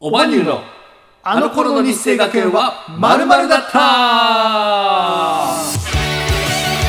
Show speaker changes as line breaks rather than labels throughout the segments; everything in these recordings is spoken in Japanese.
おばにゅうのあの頃の日生学園はまるだった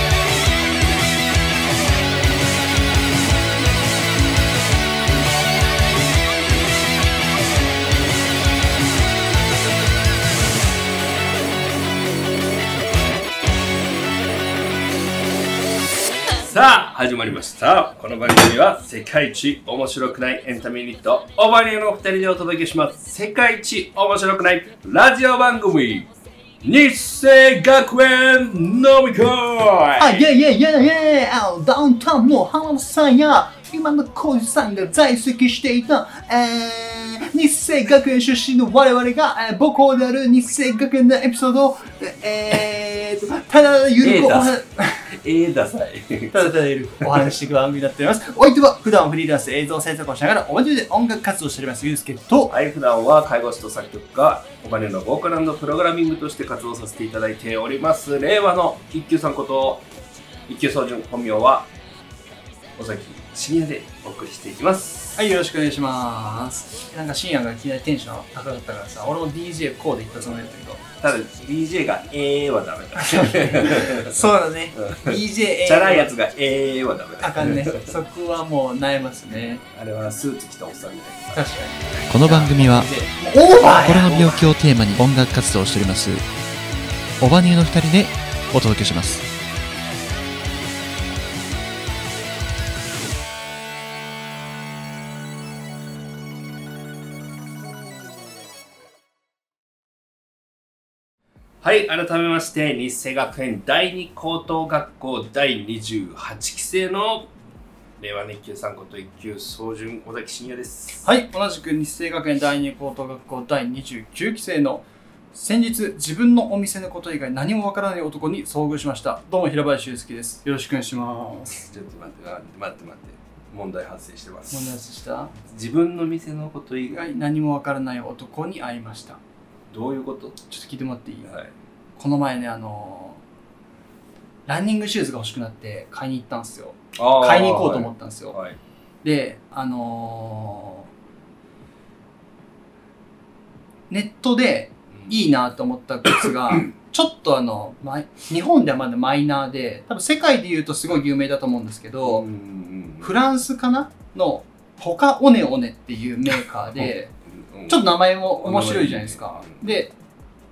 さあ始まりましたこの番組は世界一面白くないエンタメユニットオバニューのお二人でお届けします世界一面白くないラジオ番組日生学園飲み会
あ、いやいやいやいやあダウンタウンの浜田さんや今の浩二さんが在籍していた、えー、日清学園出身の我々が、えー、母校である日清学園のエピソードを、えー、とただただゆるくお話
ええダサい
ただただゆるくお話ししていく番組になっております。お相手は普段フリーランスで映像制作をしながら、おまじで音楽活動をしております、ゆうすけと、
はい、普段は介護士と作曲家、お金のボーカルプログラミングとして活動させていただいております。令和の一級さんこと、一級総順本名は、尾崎深也でお送りしていきます。
はい、よろしくお願いします。なんか深夜がいきなりテンション高かったからさ、俺も DJ こうで行ったつもりだったけど、
ただ、DJ がええはダメだ。チ
そうだね。DJ
ャラいやつがええはダメだ。
あかんね。そこはもう悩ますね。
あれはスーツ着たおっさんみたい
確か
この番組は
に。オーバー
心の病気をテーマに音楽活動をしておりますオバニューの2人でお届けします
はい、改めまして、日生学園第二高等学校第28期生の令和の一級さんこと一級総順尾崎深也です。
はい、同じく日清学園第二高等学校第29期生の先日自分のお店のこと以外何もわからない男に遭遇しました。どうも平林祐介です。よろしくお願いします。
ちょっと待って、待って、待って、待って。問題発生してます。
こんなやつした
自分の店のこと以
以
外
外何もわからない男に会いました。
どういうこと
ちょっと聞いてもらっていい
はい
この前ね、あのーランニングシューズが欲しくなって買いに行ったんですよ。買いに行こうと思ったんですよ。
はい
であのーネットでいいなと思った靴 がちょっとあのマイ日本ではまだマイナーで多分世界で言うとすごい有名だと思うんですけ
う
ど、
んうんうん
フランスかなのポカオネオネっていうメーカーで
うん
ちょっと名前も面白いじゃないですか
う。ん
で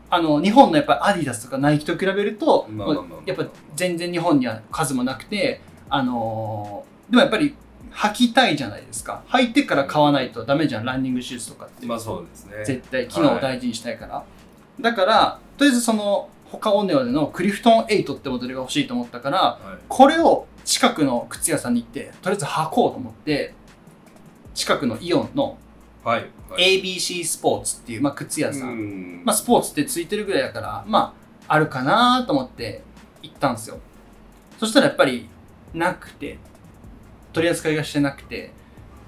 あの日本のやっぱりアディダスとかナイキと比べると、
まあまあまあまあ
やっぱ全然日本には数もなくて、あのーでもやっぱり履きたいじゃないですか履いてから買わないとダメじゃんランニングシューズとかって、
まあそうですね
絶対機能を大事にしたいから、だからとりあえずその他オネオネのクリフトン8ってモデルが欲しいと思ったから
はい
これを近くの靴屋さんに行ってとりあえず履こうと思って近くのイオンの
はいはい
ABC スポーツっていう、まあ、靴屋さん、
うん
まあ、スポーツってついてるぐらいだから、まあ、あるかなと思って行ったんですよ。そしたらやっぱりなくて、取り扱いがしてなくて、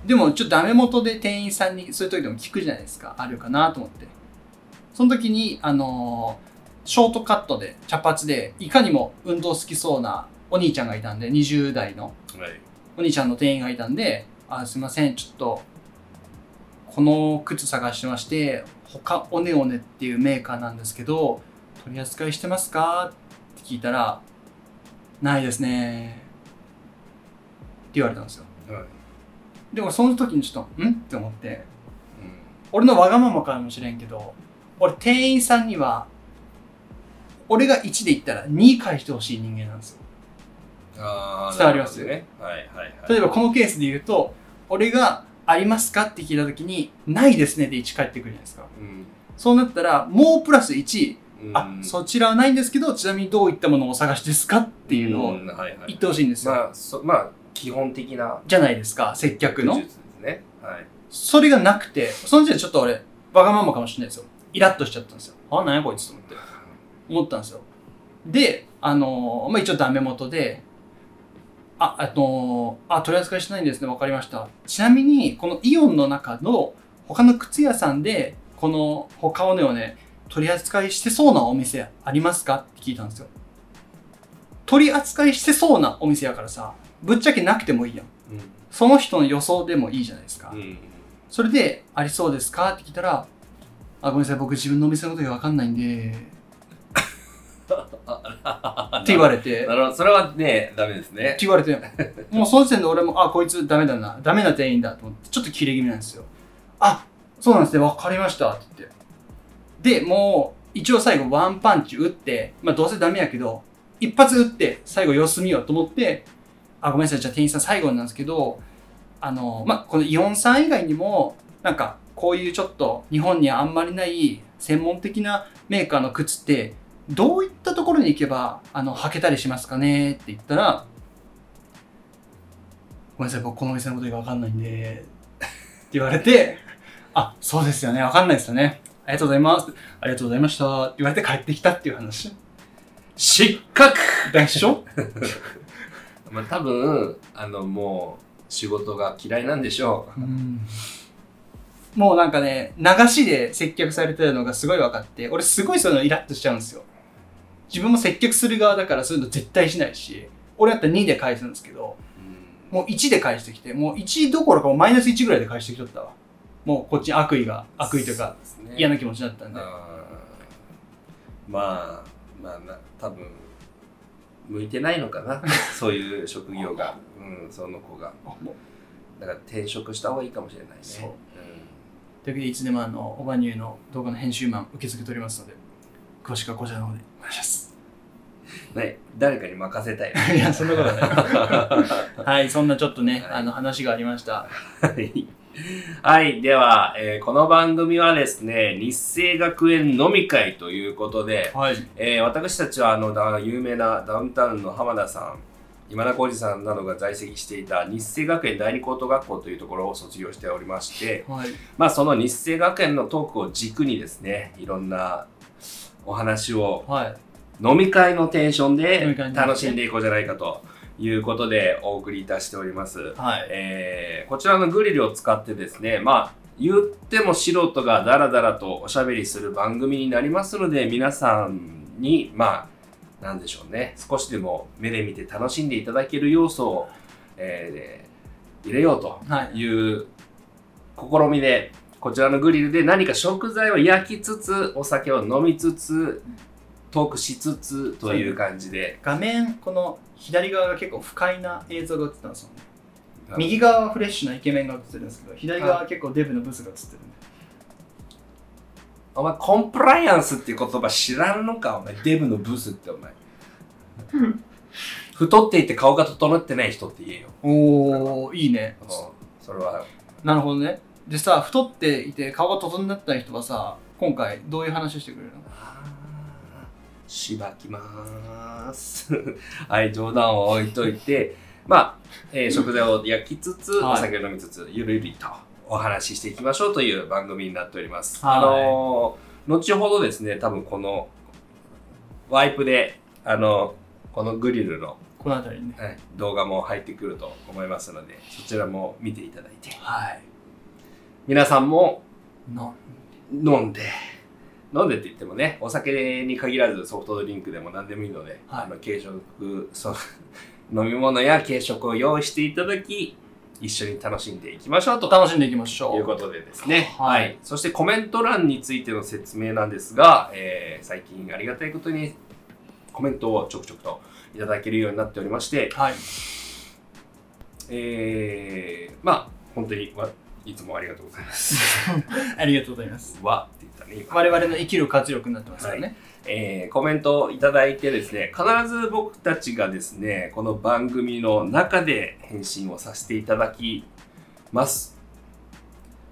でもちょっとダメ元で店員さんにそういう時でも聞くじゃないですか、あるかなと思って。その時に、あのーショートカットで、茶髪で、いかにも運動好きそうなお兄ちゃんがいたんで、20代の。
はい
お兄ちゃんの店員がいたんで、あすいません、ちょっと、この靴探してまして、他オネオネっていうメーカーなんですけど、取り扱いしてますかって聞いたら、ないですね。って言われたんですよ。
はい
でもその時にちょっと、んって思って、
うん
俺のわがままかもしれんけど、俺店員さんには、俺が1で言ったら2返してほしい人間なんですよ。
あー
伝わります
なるほどねはいはいはい
例えばこのケースで言うと、俺がありますかって聞いたときに、ないですねで1返ってくるじゃないですか。
うん
そうなったら、もうプラス1、
うん
あ、そちらはないんですけど、ちなみにどういったものをお探しですかっていうのを
んはいはい
言ってほしいんですよ。
まあそまあ基本的な
じゃないですか、接客
技
の
術。ですねはい
それがなくて、その時点でちょっと俺、わがままかもしれないですよ。イラッとしちゃったんですよ。あ、なんやこいつと思って。思ったんですよ。で、あのーまあ、一応ダメ元で、あ、あのーあ、取り扱いしてないんですね、わかりました。ちなみに、このイオンの中の他の靴屋さんで、この他をねをね、取り扱いしてそうなお店ありますかって聞いたんですよ。取り扱いしてそうなお店やからさ、ぶっちゃけなくてもいいやん。
うん
その人の予想でもいいじゃないですか。
うん
それで、ありそうですかって聞いたら、あ、ごめんなさい、僕自分のお店のことわかんないんで、って言われて、
なるほど。それはね、ダメです
っ
ね。
て言われて、もうその時点で俺も、あ、こいつダメだな、ダメな店員だと思って、ちょっと切れ気味なんですよ。あ、そうなんですね、わかりました、って言って。で、もう、一応最後ワンパンチ打って、まあどうせダメやけど、一発打って、最後様子見ようと思って、あ、ごめんなさい、じゃあ店員さん最後なんですけど、あの、まあこのイオンさん以外にも、なんか、こういうちょっと日本にはあんまりない専門的なメーカーの靴って、どういったところに行けば、あの、履けたりしますかねって言ったら、ごめんなさい、僕このお店のことがわかんないんで、 って言われて、あ、そうですよね、わかんないですよね。ありがとうございます。ありがとうございました。って言われて帰ってきたっていう話。
失格
でしょ
まあ多分、あの、もう、仕事が嫌いなんでしょう。
うんもうなんかね、流しで接客されてるのがすごい分かって、俺すごいそういうのイラッとしちゃうんですよ。自分も接客する側だからそういうの絶対しないし、俺だったら2で返すんですけど、
うん
もう1で返してきて、もう1どころかもうマイナス1ぐらいで返してきとったわ。もうこっちに悪意が、悪意というか、、
そうですね
嫌な気持ちだったんで。
あーまあまあな多分向いてないのか なそういう職業が、うん、その子が
あもう
だから転職した方がいいかもしれないね
そうというわけでいつでもあのオバニューの動画の編集マン受け付けておりますので詳しくはこちらの方でお願いします
うんね誰かに任せたい
いやそんなこと ないはいそんなちょっと
は
ね、
い
あの話がありました
はいはい。では、えーこの番組はですね、日生学園飲み会ということで、
はい
えー私たちはあのだ有名なダウンタウンの浜田さん今田浩二さんなどが在籍していた日生学園第二高等学校というところを卒業しておりまして、
はい
まあ、その日生学園のトークを軸にですねいろんなお話を
はい
飲み会のテンション
飲み
で
会のテンション
楽しんでいこうじゃないかということでお送りいたしております。
はい
えーこちらのグリルを使ってですね、まあ、言っても素人がダラダラとおしゃべりする番組になりますので、皆さんに、まあ、なんでしょうね、少しでも目で見て楽しんでいただける要素を、えー入れようと
はい
いう試みで、こちらのグリルで何か食材を焼きつつ、お酒を飲みつつ、トークしつつという感じで、
画面この左側が結構不快な映像が映ってたんですよね右側はフレッシュなイケメンが映ってるんですけど左側は結構デブのブスが映ってるんで
お前コンプライアンスっていう言葉知らんのかお前デブのブスってお前太っていて顔が整ってない人って言えよ、
おおいいね
うんそれは
なるほどねでさ太っていて顔が整ってない人はさ今回どういう話をしてくれるの
しばきまーす はい冗談を置いといてまあ、えー食材を焼きつつ、
はい
お酒を飲みつつゆるゆるとお話ししていきましょうという番組になっております、
はい
あのー後ほどですね多分このワイプであのこのグリルの
この辺りにね
はい、動画も入ってくると思いますのでそちらも見ていただいて
はい
皆さんも
の
飲んで飲んでって言ってもねお酒に限らずソフトドリンクでも何でもいいので、
はい
あの軽食そう飲み物や軽食を用意していただき一緒に楽しんでいきましょうと
楽しんでいきましょ
いう
う。
ことでですね、
はい
そしてコメント欄についての説明なんですが、えー最近ありがたいことにコメントをちょくちょくといただけるようになっておりまして、
はい。
えー、まあ本当にわいつもありがとうございます。
ありがとうございます。
わって言ったね今、
我々の生きる活力になってますからね。
えーコメントをいただいてですね必ず僕たちがですねこの番組の中で返信をさせていただきます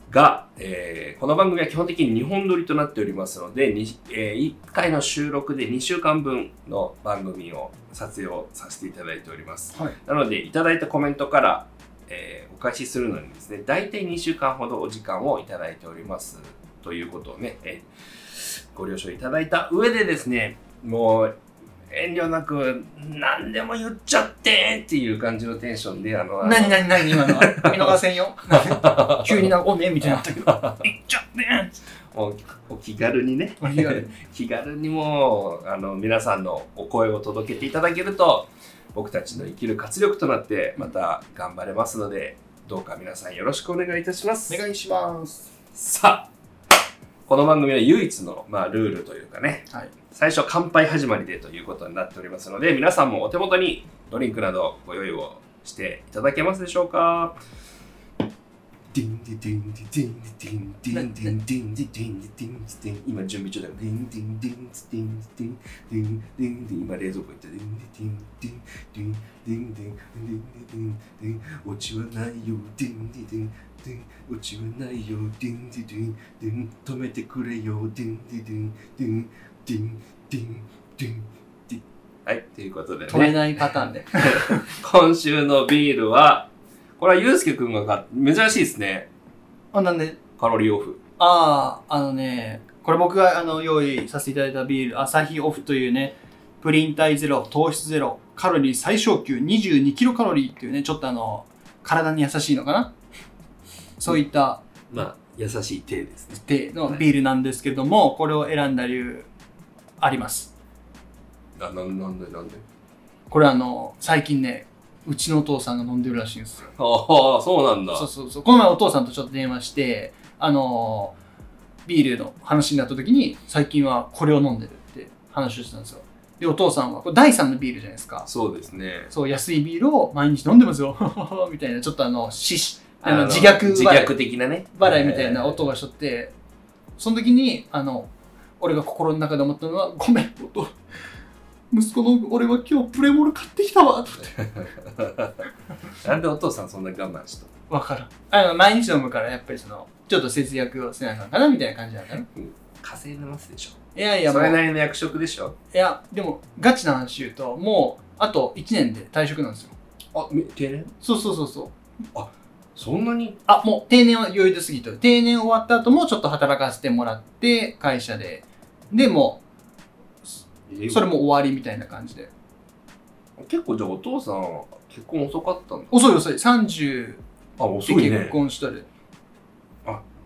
が、えーこの番組は基本的に2本撮りとなっておりますので、にえ1回の収録で2週間分の番組を撮影をさせていただいております。
はい。
なので、いただいたコメントから、えーお返しするのにですね、大体2週間ほどお時間をいただいております。ということをね、えーご了承いただいた上でですね、もう、遠慮なく、何でも言っちゃってっていう感じのテンションで、あの、あの
何何何 今のは見逃せんよ。急になんかおねみたいになったけど。いっちゃってんつって
おお気軽にね、
お気軽に
気軽にもうあの皆さんのお声を届けていただけると僕たちの生きる活力となってまた頑張れますのでどうか皆さんよろしくお願いいたします
お願いします。
さあこの番組の唯一の、まあ、ルールというかね、
はい
最初乾杯始まりでということになっておりますので、皆さんもお手元にドリンクなどご用意をしていただけますでしょうかディンディディンディディンディディンディディンディディンディディンディディン今準備中だからディンディンディンディンディンディンディンディン今冷蔵庫行ってディンディンディンディンディンディンディンディンディンディン落ちはないよディンディディンディン落ちはないよディンディディンディン止めてくれよディンディディンディンディンディンディンディンはいということで
取れないパター ンで。
今週のビールは、これはゆうすけくんが買っ珍しいですね。
あ、なんで、
カロリーオフ。
ああ、あのね、これ僕があの用意させていただいたビール、アサヒオフというね、プリン体ゼロ、糖質ゼロ、カロリー最小級22キロカロリーっていうね、ちょっとあの、体に優しいのかなそういった
まあ、優しい手ですね。
手のビールなんですけども、これを選んだ理由あります。
あ、なんなんでなんで。
これあの、最近ね、うちのお父さんが飲んでるらしいんですよ。
ああ、そうなんだ。
そうそうそう。この前お父さんとちょっと電話して、あのービールの話になった時に、最近はこれを飲んでるって話をしてたんですよ。で、お父さんは、これ第三のビールじゃないですか。
そうですね。
そう、安いビールを毎日飲んでますよ。 みたいな、ちょっとあの、しし、あの自虐払い
自虐的なね。
払いみたいな音がしとって、その時に、あの、俺が心の中で思ったのは、ごめん、お父息子の俺は今日プレモル買ってきたわ。
なんでお父さんそんな我慢しとる
わからん。あの、毎日飲むから、やっぱりその、ちょっと節約をせなあかんかな、みたいな感じなんだね。
稼いでますでしょ。
いやいや、
そ
もう
れ
い
なりの役職でしょ。
や、でも、ガチな話言うと、もう、あと1年で退職なんですよ。
あ、み定年
そうそうそうそう。
そんなに
あ、もう、定年は余裕で過ぎとる。定年終わった後も、ちょっと働かせてもらって、会社で。で、もう、それも終わりみたいな感じで。
結構じゃあお父さん、結婚遅かったんだ。
遅い遅い。30
あ、
で
遅
結婚しとる。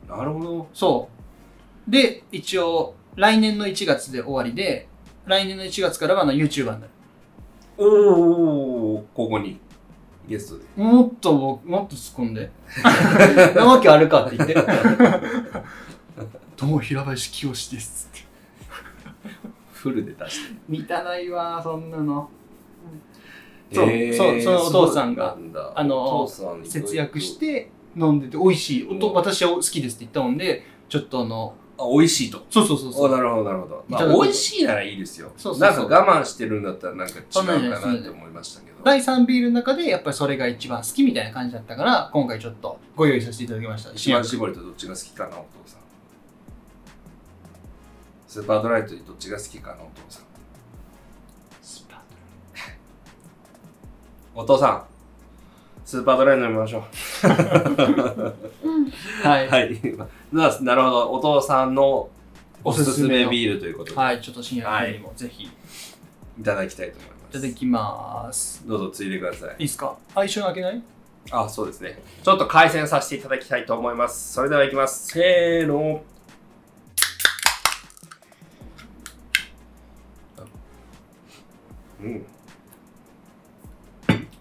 なるほど。
そう。で、一応、来年の1月で終わりで、来年の1月からはあの YouTuber になる。
おお、ここに。ゲストで。
もっと僕、もっと突っ込ん で。なわけあるかって言って。 どうも、平林清志です。
フルで出して。
満たないわ、そんなの。そうそうそのお父さんがあの節約してて、飲んでて、美味しい。おと
うん
私は好きですって言ったもんで、ちょっとあの、
あ美味しいと
そうそうそうそ
お
う。
なるほどなるほど、ま
いただく
あ、美味しいならいいですよ
そうそうそう
なんか我慢してるんだったらなんか違
そんなんじ
う
ゃない
かなって思いましたけど
第3ビールの中で、やっぱりそれが一番好きみたいな感じだったから、今回ちょっとご用意させていただきました。
一番搾りとどっちが好きかなお父さんスーパードライとどっちが好きかなお父さん
スパ
お父さんスーパードライ飲みましょ
はい。
うはいななるほどお父さんのおすすめ
おすすめの
ビールということで、
はい、ちょっと深夜にもぜひい
い、ただきたいと思います
ただきます。
どうぞついでください
いいっすかあ、一緒に開けない
あ、そうですね。ちょっと改善させていただきたいと思います。それではいきます。せーの。うん。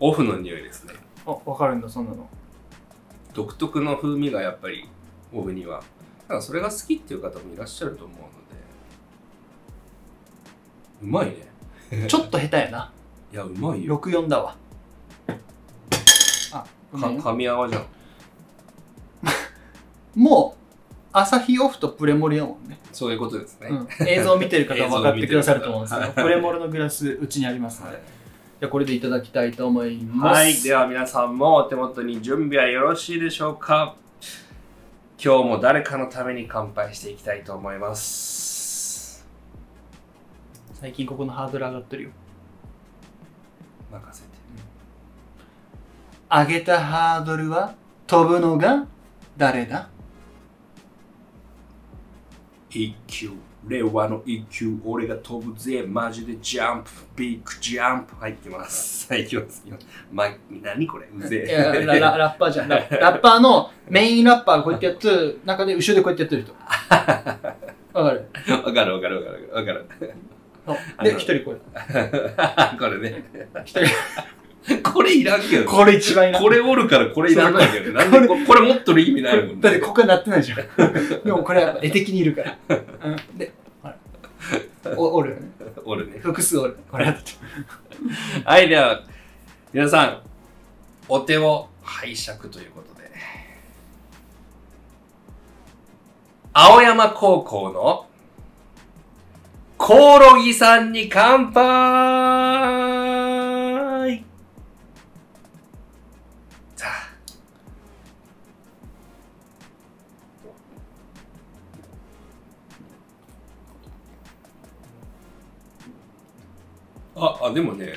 オフの匂いですね。
あ、わかるんだ、そんなの。
独特の風味がやっぱりオフには。なんかそれが好きっていう方もいらっしゃると思うので。うまいね。
ちょっと下手やな。
いや、うまいよ。
64だわ。あ、ご
か
めん
噛み合わじゃん。
もう、朝日オフとプレモルやもんね。
そういうことですね。
うん映像を見て る方は分かってくださると思うんですけ
映像を見
ど、
てる方
プレモルのグラス、うちにありますので。じゃあ、これでいただきたいと思います。
はい、では皆さんもお手元に準備はよろしいでしょうか今日も誰かのために乾杯していきたいと思います
最近ここのハードル上がってるよ。
任せて
上げたハードルは飛ぶのが誰だ
一級令和の一級俺が飛ぶぜマジでジャンプビッグジャンプ入ってますはい行きますよ、ま、何これうぜ
いや
え
ラララッパーじゃん ララッパーのメインラッパーがこうやってやってる中で後ろでこうやってやってる人わかる
わかるわかるわかるわかる
で一人これ
これね
一人
これいらんけど。
これ一番いらん
これおるからこれいらないけど。なんでここれ持っとる意味ないもん
だって
ね。
ここは鳴ってないじゃん。でもこれはやっぱ絵的にいるから。うん、で、ほら。おおるよね。
おるね。
複数おる。これだって。
はい、では、皆さん、お手を拝借ということで。青山高校のコオロギさんに乾杯さああ、あ、でもね、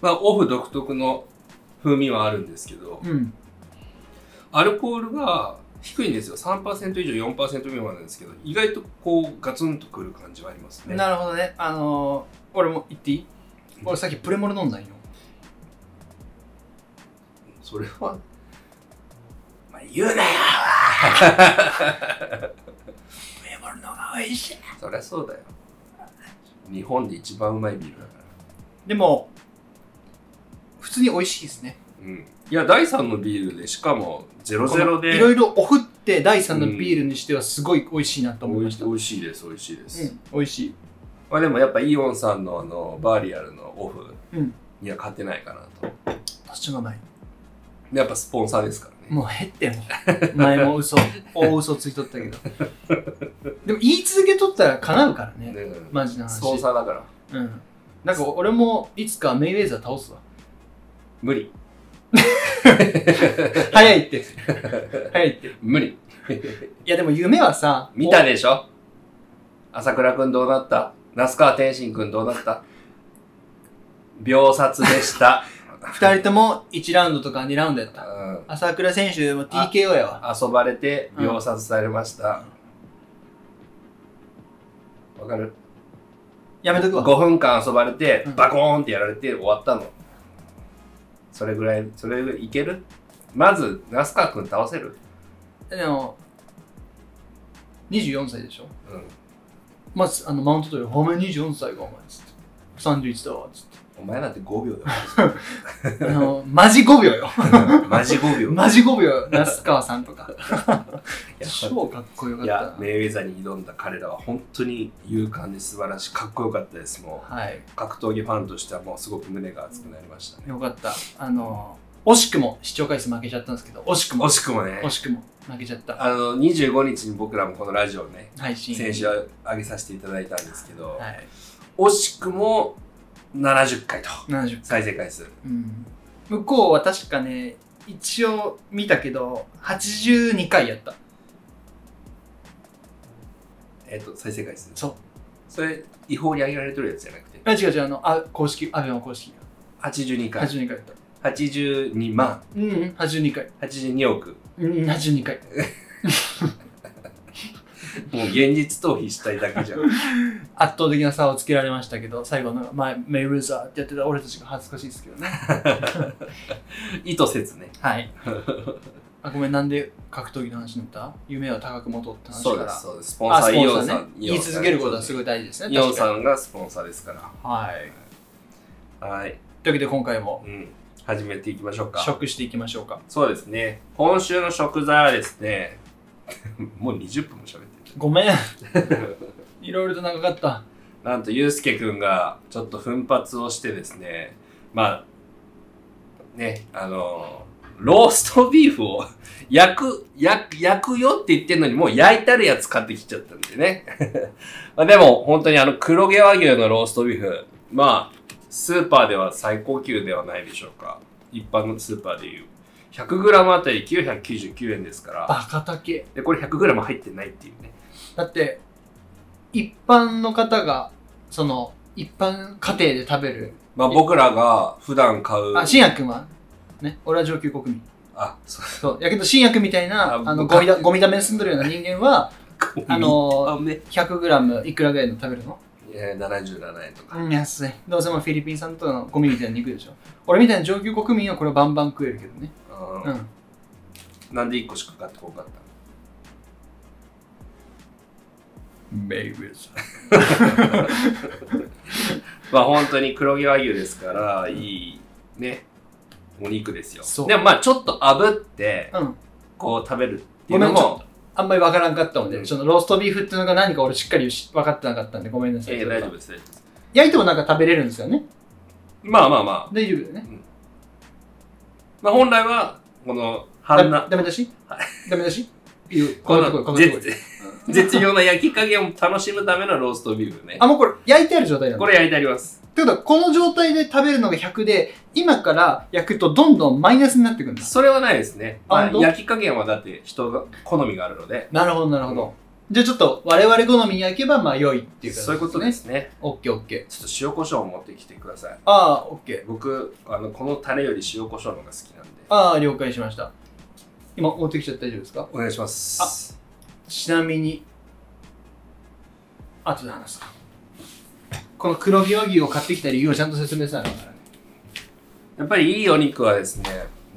まあ、オフ独特の風味はあるんですけど、
うん。
アルコールが低いんですよ。3%以上4%未満なんですけど、意外とこうガツンとくる感じはありますね。
なるほどね。あのー、俺も言っていい俺さっきプレモル飲んだんよ。
それは、まあ、言 うなよメモルのが美味しい。そりゃそうだよ。日本で一番うまいビールだから。
でも、普通に美味しいですね。
うん。いや、第3のビールで、しかも00で
いろいろオフって第3のビールにしてはすごい美味しいなと思い
美
ま
味
し
し、
た。
美味しいです、美味しいです。
うん、美味しい。
まあでもやっぱイオンさんのあのバーリアルのオフ
うん。
には勝てないかなと。
どっちもない。
でやっぱスポンサーですからね。
もう減ってもん。前も 嘘、大嘘ついとったけど。でも言い続けとったら叶うからね。
ね
マジな
スポン
話。
サーだから。
うん。なんか俺もいつかメイウェザー倒す わ。
無理。
早いって。早いって。い
無理。
やでも夢はさ、
見たでしょ朝倉くんどうなった那須川天心くんどうなった秒殺でした。
お二人とも1ラウンドとか2ラウンドやっ
う
た。
ん
朝倉選手も TKO やわ。
遊ばれて秒殺されました。わ、かる
やめとく
?5
わ。
分間遊ばれて
うん
バコーンってやられて終わったの。それぐらい、それいけるまず、那須川くん倒せる
でも、24歳でしょ
うん。
まず、あの、マウント取る。お前24歳か、お前。つって。31だわ。つっ
お前なんて5秒だよ。
て。あの、マジ5秒よ。
マジ5秒。
マジ5秒、那須川さん とか。
や
超かっこよか
い
った
や、
な。
メイウェザーに挑んだ彼らは本当に勇敢で素晴らしい、かっこよかったです。も
はい、
う格闘技ファンとしてはもうすごく胸が熱くなりましたね。
よかった。あの、惜しくも視聴回数負けちゃったんですけど、惜しくも、
惜しくもね
惜、しくも負けちゃった。
あの25日に僕らもこのラジオね、
配信。
先週上げさせていただいたんですけど、
はい、
惜しくも70回と、
70。
再生回数。
うん。向こうは確かね、一応見たけど、82回やった。
えっ、と、再生回数。
そう。
それ、違法に上げられてるやつじゃなくて、
あ、違う違う、あの、あ公式、アベマ公式
82
が。
回、
82回やった。
82万、
うん、うん、82回。
82億。
うん、82回。
もう現実逃避したいだけじ ゃん。
圧倒的な差をつけられましたけど、最後の前、メイウェザーってやってた俺たちが恥ずかしいですけどね。
意図せずね。
はい。あごめん、なんで格闘技の話になった夢を高く持とうって話
そう
か
で
ら。
す、
う
そうです。スポンサー、イオンさん
ね。。言い続けることはすごい大事ですね。
イオン
確
さんがスポンサーですか
かにはい。
ら。はい。
というわけで今回も
うん。始めていきましょうか。
食していきましょうか。
そうですね。今週の食材はですね、 もう20分も喋って
ごめん。 いろいろと長かった。
る。なんと、ゆうすけくんがちょっと奮発をしてですね、まあ、ね、あの、ローストビーフを 焼く、焼く、焼くよって言ってんのにもう焼いたるやつ買ってきちゃったんでね。 まあでも、本当にあの黒毛和牛のローストビーフ、まあ、スーパーでは最高級ではないでしょうか。一般のスーパーでいう。100g あたり999円ですから、
バカ竹。
で、これ 100g 入ってないっていうね。
だって、一般の方が、その、一般家庭で食べる。
まあ僕らが普段買う、
あ、新薬は、ね、俺は上級国民。
あ、そう
そう。やけど新薬みたいな、
あ
あの、ゴミだ、ゴミ溜めに住んでるような人間は、あの、
あね、
100g いくらぐらいの食べるの
えー77円とか。
うん、安い。どうせもうフィリピン産とかのゴミみたいな肉でしょ。俺みたいな上級国民はこれバンバン食えるけどね。
うん
うん。
なんで1個しか買ってこなかった
メイウェザー。
まあ本当に黒毛和牛ですから、いいね、お肉ですよ
そ。う
でもまあちょっと炙って、
うん。
こう食べるってい
ご
う
め
の
ん、ちょっ
も
と、あんまりわからんかったので、
うん
そのローストビーフっていうのが何か俺しっかりし分かってなかったんで、ごめんなさい。
ええ大丈夫です、大丈夫です。
焼いてもなんか食べれるんですよね。
まあまあまあ、
大丈夫だよね。
まあ本来は、この、
だ
半な、
ダメだしダメだしいいよ。
こ
かかってこ
の
いかかってこい
絶、絶妙な焼き加減を楽しむためのローストビーフね。
あ、もうこれ焼いてある状態なの
これ焼いてあります。
ってことは、この状態で食べるのが100で、今から焼くとどんどんマイナスになってくるんです。
それはないですね。
あ
まあ
本当
焼き加減はだって人が好みがあるので、
なるほど、なるほど。じゃあちょっと、我々好みに焼けば、まあ良いっていう感じ
そういうことで。すね。
オッケーオッケー。
ちょっと塩コショウを持ってきてください。
ああ、オッケー。
僕、あの、このタレより塩コショウの方が好きなんで。
ああ、了解しました。今、持ってきちゃって大丈夫ですか
お願いします。
ちなみに、後で話すか。この黒毛和牛を買ってきた理由をちゃんと説明せなあかんからね。
やっぱりいいお肉はですね、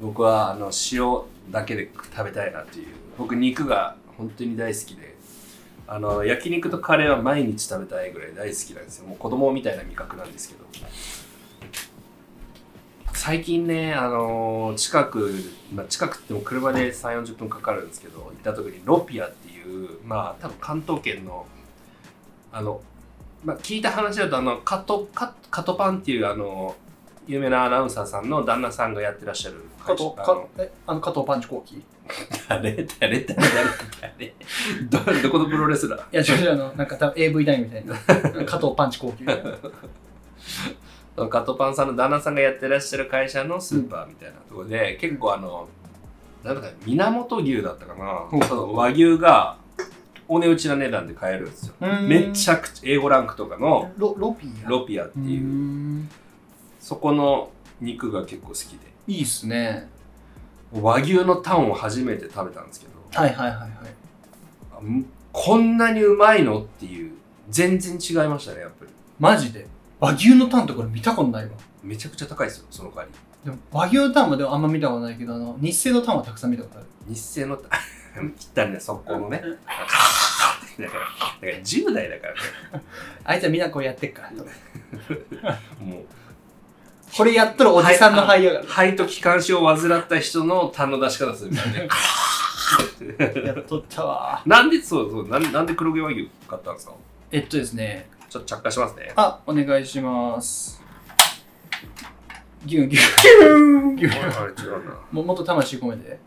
僕はあの塩だけで食べたいなっていう。僕肉が本当に大好きで、あの焼肉とカレーは毎日食べたいぐらい大好きなんですよ。もう子供みたいな味覚なんですけど。最近ね、あの近く、まあ、近くっても車で3、40分かかるんですけど、行った時にロピアっていう、まあ多分関東圏の、あの、まあ聞いた話だとあの、カト、カカトパンっていうあの、有名なアナウンサーさんの旦那さんがやってらっしゃる
加
会社
藤、
あ
か
の
えあの加藤パンチコーキーい
誰誰誰誰誰 どどこのプロレスラー
や、違う違う、あの、なんか多分 AV 団員みたいな。 加藤パンチコーキー。
カトパンさんの旦那さんがやってらっしゃる会社のスーパーみたいなところで、結構あのなんだか源牛だったか
うん
なその和牛がお値打ちな値段で買えるんですよめち
ゃ。
ゃくちゃ A5 ランクとかの
ロロピーや
ロピアっていう
ー
うんそこの肉が結構好きで
いいっすね。
和牛のタンを初めて食べたんですけど
はいはいはいはい。
あんこんなにうまいのっていう全然違いましたねやっぱり
マジで。和牛のタンとか俺見たことないわ。
めちゃくちゃ高いですよその代わり
でも和牛のタンもでもあんま見たことないけど、あの、日清のタンはたくさん見たことある。
日清の 切ったね速攻のねだからだから10代だからね
あいつはみんなこうやってっから。
もう
これやったらおじさんの肺やが
肺と気管支を患った人の痰の出し方するからね
る。やっとったわ。
なんでそうそうなんなんで黒毛和牛買ったんですか
えっとですね、
ちょっと着火しますね
あ、お願いします。ギュンギュン。ギュンギ
あれ
ュン。
あれ違うな
ももっと魂込めて。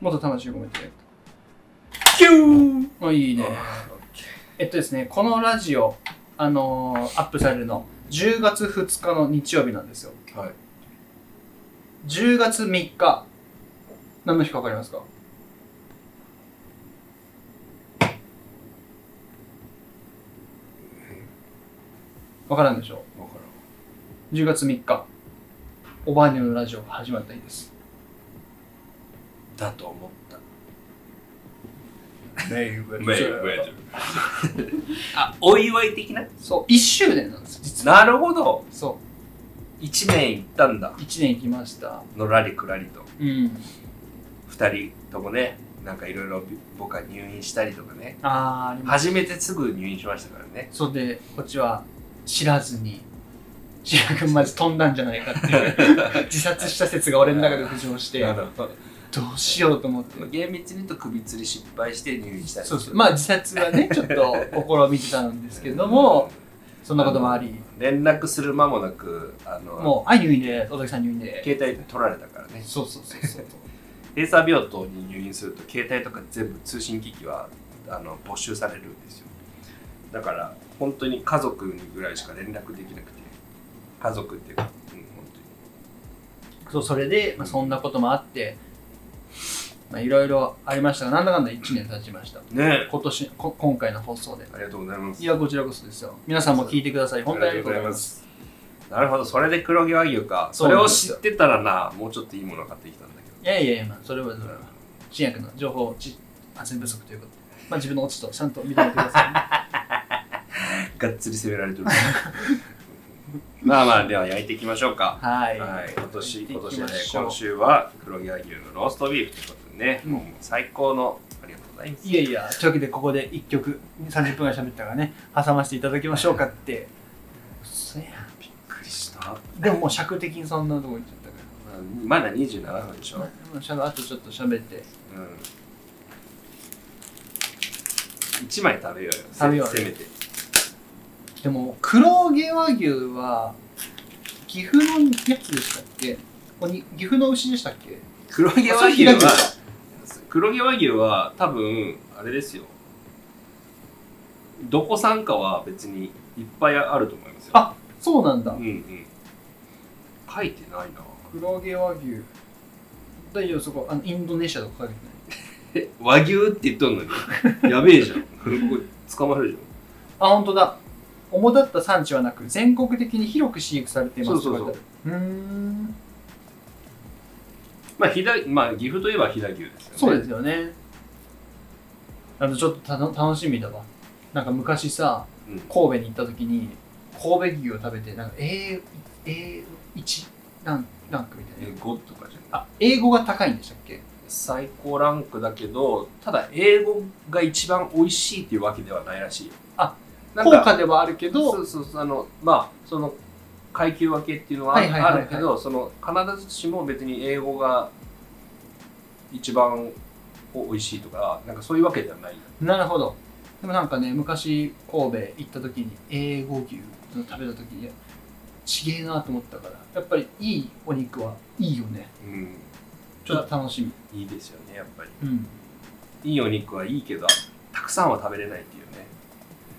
もっと魂込めて。
キュ
あ、いい
ー
ね。えっとですね、このラジオ、あのーアップされるの、10月2日の日曜日なんですよ。
はい
10月3日、何の日かわかりますかわからんでしょ
分か
う ?10 月3日、オバーニュのラジオが始まった日です。
らんだと思った
メ
あお祝い的な
そう、1周年なんですよ、実は。
なるほど
そ
1年いったんだ
う、1年行きました。
のらりくらりと
うん。
2人ともねなんかいろいろ僕は入院したりとかね
あー、ありま
初めてすぐ入院しましたからね
そうで、こっちは知らずに、知ら君まず飛んだんじゃないかっていう、 自殺した説が俺の中で浮上して、どうしようと思って。
厳密に言うと首吊り失敗して入院したり
そうそう。まあ自殺は ね、ちょっと試みてたんですけども、そんなこともあり、
連絡する間もなくあの
もう、あ、入院で、小崎さん入院で。
携帯取られたからね
そうそうそうそう。
閉鎖病棟に入院すると携帯とか全部通信機器はあの没収されるんですよだから本当に家族にぐらいしか連絡できなくて家族っていうか、うん、本
そうそれで、まあ、そんなこともあって、まあいろいろありましたが、なんだかんだ1年経ちました。
当にねえ
今年、こ今回の放送で。
ありがとうございます
いや、こちらこそですよ。皆さんも聞いてください。本当にありがとうございます。
なるほど、それで黒毛和牛か。
そ
そうれ
なん
を
です
知
よ
ってたらな、もうちょっといいもの買ってきたんだけど。
いやいやいや、まあ、それはそれは。新薬の情報ち発信不足ということで、まあ、自分の落ちとちゃんと認めてください、ね。
がっつり攻められてる。 まあまあ、では焼いていきましょうか。
はい。
はい、今年、今年じゃない
今
今週は黒毛和牛のローストビーフということでね、
うん
もう最高の、ありがとうございます。
いやいや、というわけでここで1曲30分ぐらい喋ったからね、挟ませていただきましょうかって、ですね
びっくりした
でももう尺的にそんなとこ行っちゃったから
まだ27分でしょ、
まあしゃあとちょっと喋って
うん1枚食べようよ
食べようよ
せせめて
でも黒毛和牛は岐阜のやつでしたっけおに岐阜の牛でしたっけ
黒毛和牛
あそれ開くんだ
は黒毛和牛は多分あれですよどこ産かは別にいっぱいあると思いますよ
あそうなんだ
うんうん書いてないな
黒毛和牛大丈夫そこあのインドネシアとか書いてない
え和牛って言っとんのに やべえじゃんこれ捕まるじ
あ本当だ主だった産地はなく全国的に広く飼育されています
そうそうそう
って書いてあるうーん
ゃんまあ飛騨まあ岐阜といえば飛騨牛ですよね
そうですよねあのちょっとたの楽しみだわなんか昔さ、
うん
神戸に行った時に神戸牛を食べてなんか A1 ランランクみたいな
え5とかじゃん
あ英語が高いんでしたっけ
最高ランクだけどただ英語が一番美味しいっていうわけではないらしいよ
あ
なん
効
か
果ではあるけ
そ
ど
うそうそうあのまあその階級分けっていうのはあ
はいはいはいはい
あるけどその必ずしも別に英語が一番お美味しいとかなんかそういうわけではない
なるほどでもなんかね昔神戸行った時に英語牛食べた時にちげえなと思ったからやっぱりいいお肉はいいよね
うん
ちょっと楽しみ
いいですよねやっぱり
うん
いいお肉はいいけどたくさんは食べれないっていうね、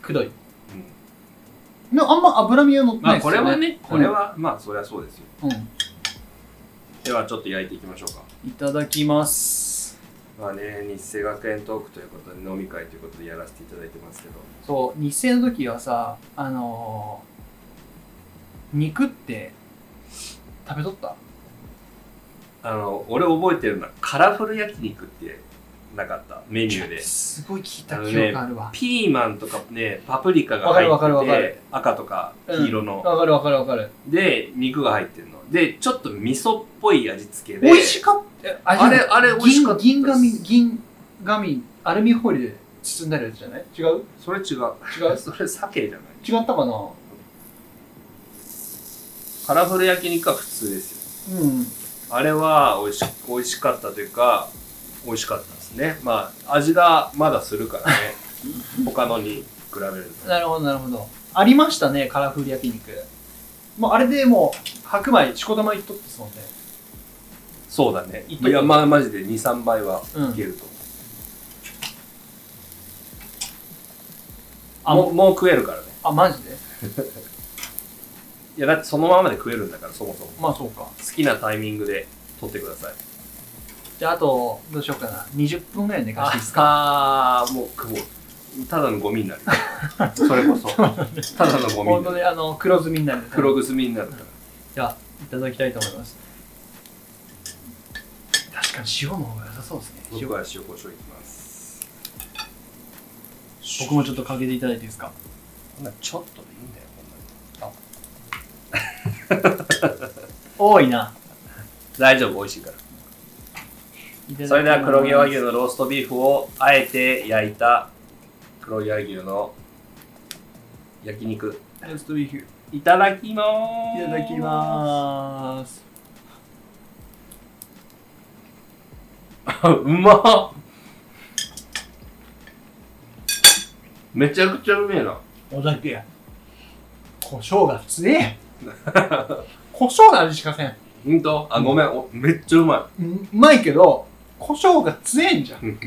くどい
うん、
でもあんま脂身は乗って
ま
ない
あ
です
こ
よね
れはねこれ、はまあそりゃそうですよ
うんうん
ではちょっと焼いていきましょうか
いただきます
まあね、日生学園トークということで飲み会ということでやらせていただいてますけど、
そう日清の時はさあのー肉って食べとった
あの俺覚えてるのはカラフル焼肉ってなかったメニューで。
すごい聞いた記憶あるわ
ピーマンとかね、パプリカが
わかるわかる
入っ
わか
てて
る、
赤とか黄色の、
わかるわかるわかる
で、肉が入ってるの。で、ちょっと味噌っぽい味付けで。
美味しかったえ
あれ、
じゃない
あれ美味しかった。
銀銀紙銀紙アルミホイルで包んだやつじゃない違う
それ違う。
違 う
それ鮭じゃない。
違ったかな
カラフル焼肉は普通ですよ。
うん
あれは美味し美味しかったというか、美味しかったですね。まあ、味がまだする からね。他のに比べると。
なるほどなるほどありましたねカラフル焼肉もうあれでもう白米しこたまいっとってすもんね
そうだね。
いっ
い
とく
や、まあ、マジで2、3倍は
うん
いけると思う。
あ
もうもう食えるからね。
あマジで
いや、だってそのままで食えるんだから、そもそも。
まあそうか
好きなタイミングで取ってください。
じゃああとどうしようかな20分ぐらい寝かしていいですか
あー、もう、くもう、ただのゴミになる。それこ そ。ただのゴミ
本
にな
当
る。
にあの黒ずみになる
黒ぐすみになるから。
じゃあいただきたいと思います確かに塩の方が良さそうですね塩
僕は塩コショウいきます。
僕もちょっとかけていただいていいですか
こんなちょっとでいいんだよ、ほんまに。
多いな
大丈夫、美味しいから。それでは黒毛和牛のローストビーフをあえて焼いた黒毛和牛の焼肉
ローストビーフい
いただきまーす
ただきます
すうまっめちゃくちゃうめえな
お酒や胡椒が強え 胡椒の味しかせん
ほんとあごめん、おめっちゃうま
うんうまいけど胡椒が強えんじゃん、
い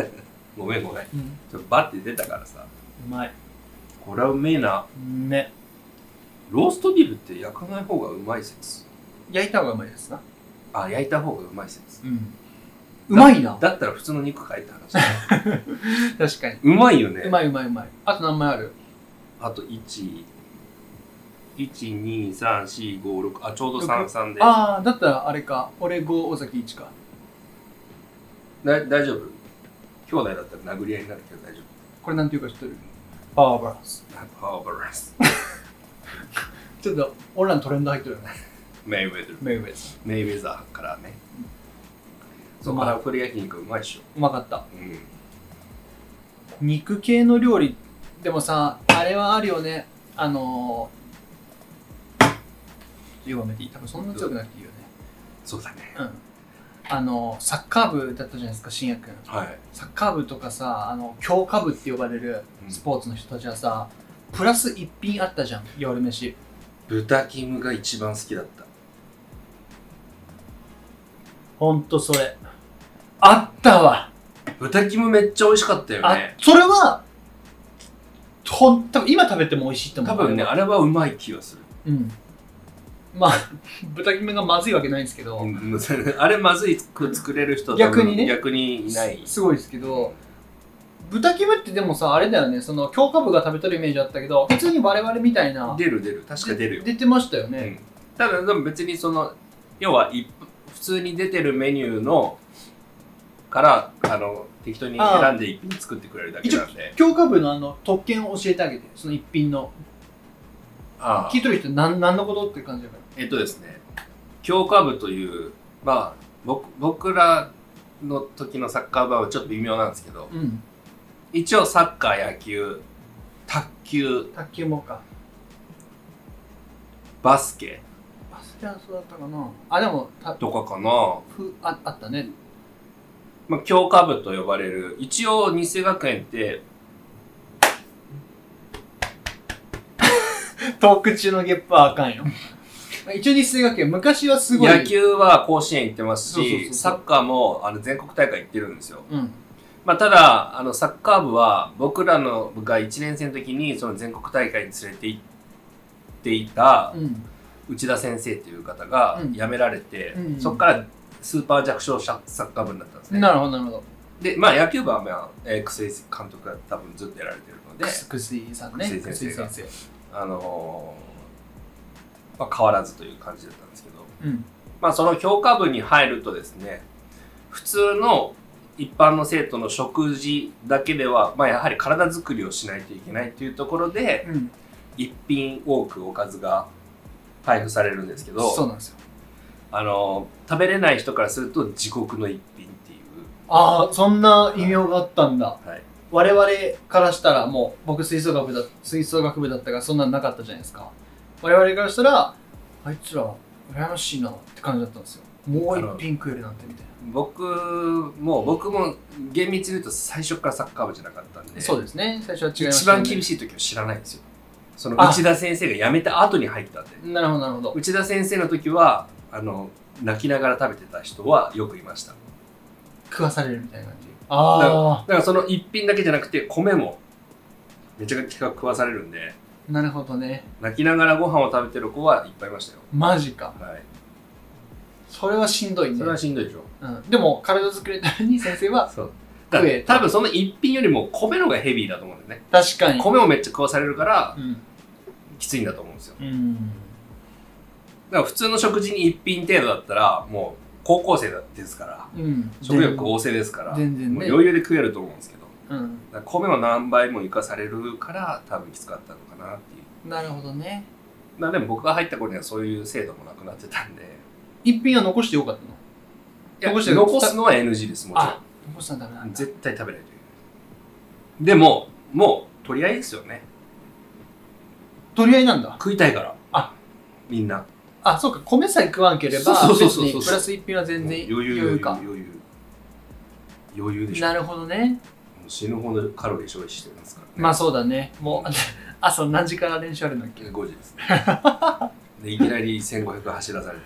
ごめんごめん
うん、う
ちょっとバッて出たからさ
まい
これはうめえな
ね
ローストビーフって焼かない方がうまい説
焼いた方がうまいですな
あ焼いた方がうまい説
うんうまいな
だったら普通の肉かいって 話
確かに
うまいよね
うまいうまいうまいあと何枚ある
あと1、1、2、3、4、5、6、あ、ちょうど3、3で。
ああだったらあれか俺5尾崎1か
だ大丈夫兄弟だったら殴り合いになるけど大丈
これなんていうか知ってるパワーバランス
夫。パワーバランス。
ちょっと俺らのトレンド入ってるよね
メイウェザー。
メイウェザ
メイウェザーからね。そうう、
まい
カラフル焼肉うまいっしょ。
ーうまかった
うん。
肉系の料理でもさあれはあるよねあの弱めていい多分そんな強くなくていいよね
そうだね。
うんあのサッカー部だったじゃないですか信也君
はい。
サッカー部とかさあの強化部って呼ばれる
うん
スポーツの人たちはさ、プラス一品あったじゃん夜飯
豚キムが一番好きだった。
ほんとそれあったわ、
豚キムめっちゃ美味しかったよ
あ
ね。
それはほん多分今食べても美味しいと思
多
う
分ね、あれはうまい気がする。
うんまあ豚キムがまずいわけないんですけど、
うん あれまずいく作れる人
逆にね
多分逆にいない。
すすごいですけど豚キムってでもさあれだよねその強化部が食べとるイメージあったけど普通に我々みたいな
出る出る。確か出るよ。
出てましたよ
うん
ね、
ただでも別にその要は一普通に出てるメニューのからあの適当に選んで一品作ってくれるだけなんで
強化部のあの特権を教えてあげてその一品の
ああ
聞いとる人何何のことって感じだか
えっとですね強化部というまあ僕僕らの時のサッカー部はちょっと微妙なんですけど
らうん
一応サッカー野球卓球
卓球もか
バスケ
バスケはそうだったかなあでもた
とかかな
ふああったね
まあ、強化部と呼ばれる一応日生学園って
トーク中のゲップはあかんよ 一応日生学園昔はすごい
野球は甲子園行ってますし
そうそうそうそう
サッカーもあの全国大会行ってるんですよ、
うん
まあ、ただあのサッカー部は僕らの部が1年生の時にその全国大会に連れて行っていた
うん
内田先生という方が
うん
辞められて、
うん
そこからスーパー弱小サッカー部になったんですね、
なるほどなるほど
でまあ野球部は、まあえー、楠井監督が多分ずっとやられてるので
くすくすいさん
く
ね
すい先生が
くすい
あのーまあ、変わらずという感じだったんですけど
うん
まあ、その評価部に入るとですね普通の一般の生徒の食事だけでは、まあ、やはり体作りをしないといけないというところで
うん
一品多くおかずが配布されるんですけ
そう
ど
なんですよ
あの食べれない人からすると地獄の一品ってい
ああそんな異名があったんだ
う、はい、
我々からしたらもう僕吹奏楽部だ吹奏楽部だったからそんなのなかったじゃないですか我々からしたらあいつら羨ましいなって感じだったんですよもう一品食えるなんてみたい
僕も僕も厳密に言うと最初からサッカー部じゃなかったんで
なそうですね最初は違いまし
一
たね
番厳しい時は知らないんですよその
あ
内田先生が辞めた後に入ったんで
なるほどなるほど
内田先生の時はあの泣きながら食べてた人はよくいましただ
食わされるみたいな感じ
だ
あ
からその一品だけじゃなくて米もめちゃくちゃ食わされるんで
あなるほどね
泣きながらご飯を食べてる子はいっぱいいましたよ
マジか
はい
それはしんどいね
それはしんどいでしょ
うん、でも体作るために先生は
そうだか
食
ら
え
多分その一品よりも米の方がヘビーだと思うんだよね
確かに
米をめっちゃ食わされるから
うん、
きついんだと思うんですよ
うん、
だから普通の食事に一品程度だったらもう高校生ですから
うん、
食欲旺盛ですから
全然ね
もう余裕で食えると思うんですけど
うん
だから米の何倍も生かされるから多分きつかったのかなっていう
なるほどね
まあでも僕が入った頃にはそういう制度もなくなってたんで
一品は残してよかったの
いや
残してる
残すのは NG ですもち
あ残したんだ
ろ
なんんだ
絶対食べないといけないでももう取り合いですよね
取り合いなんだ
食いたいから
あ
みんな
あそうか米さえ食わんければ
そうそう
別
そうそう
にプラス一品は全然
もう余裕
余裕か
余裕余裕でしょ
なるほどね
もう死ぬほどカロリー消費してますからね
まあそうだねもう 朝何時から練習あるんだっけ
5時ですねでいきなり1500走らされて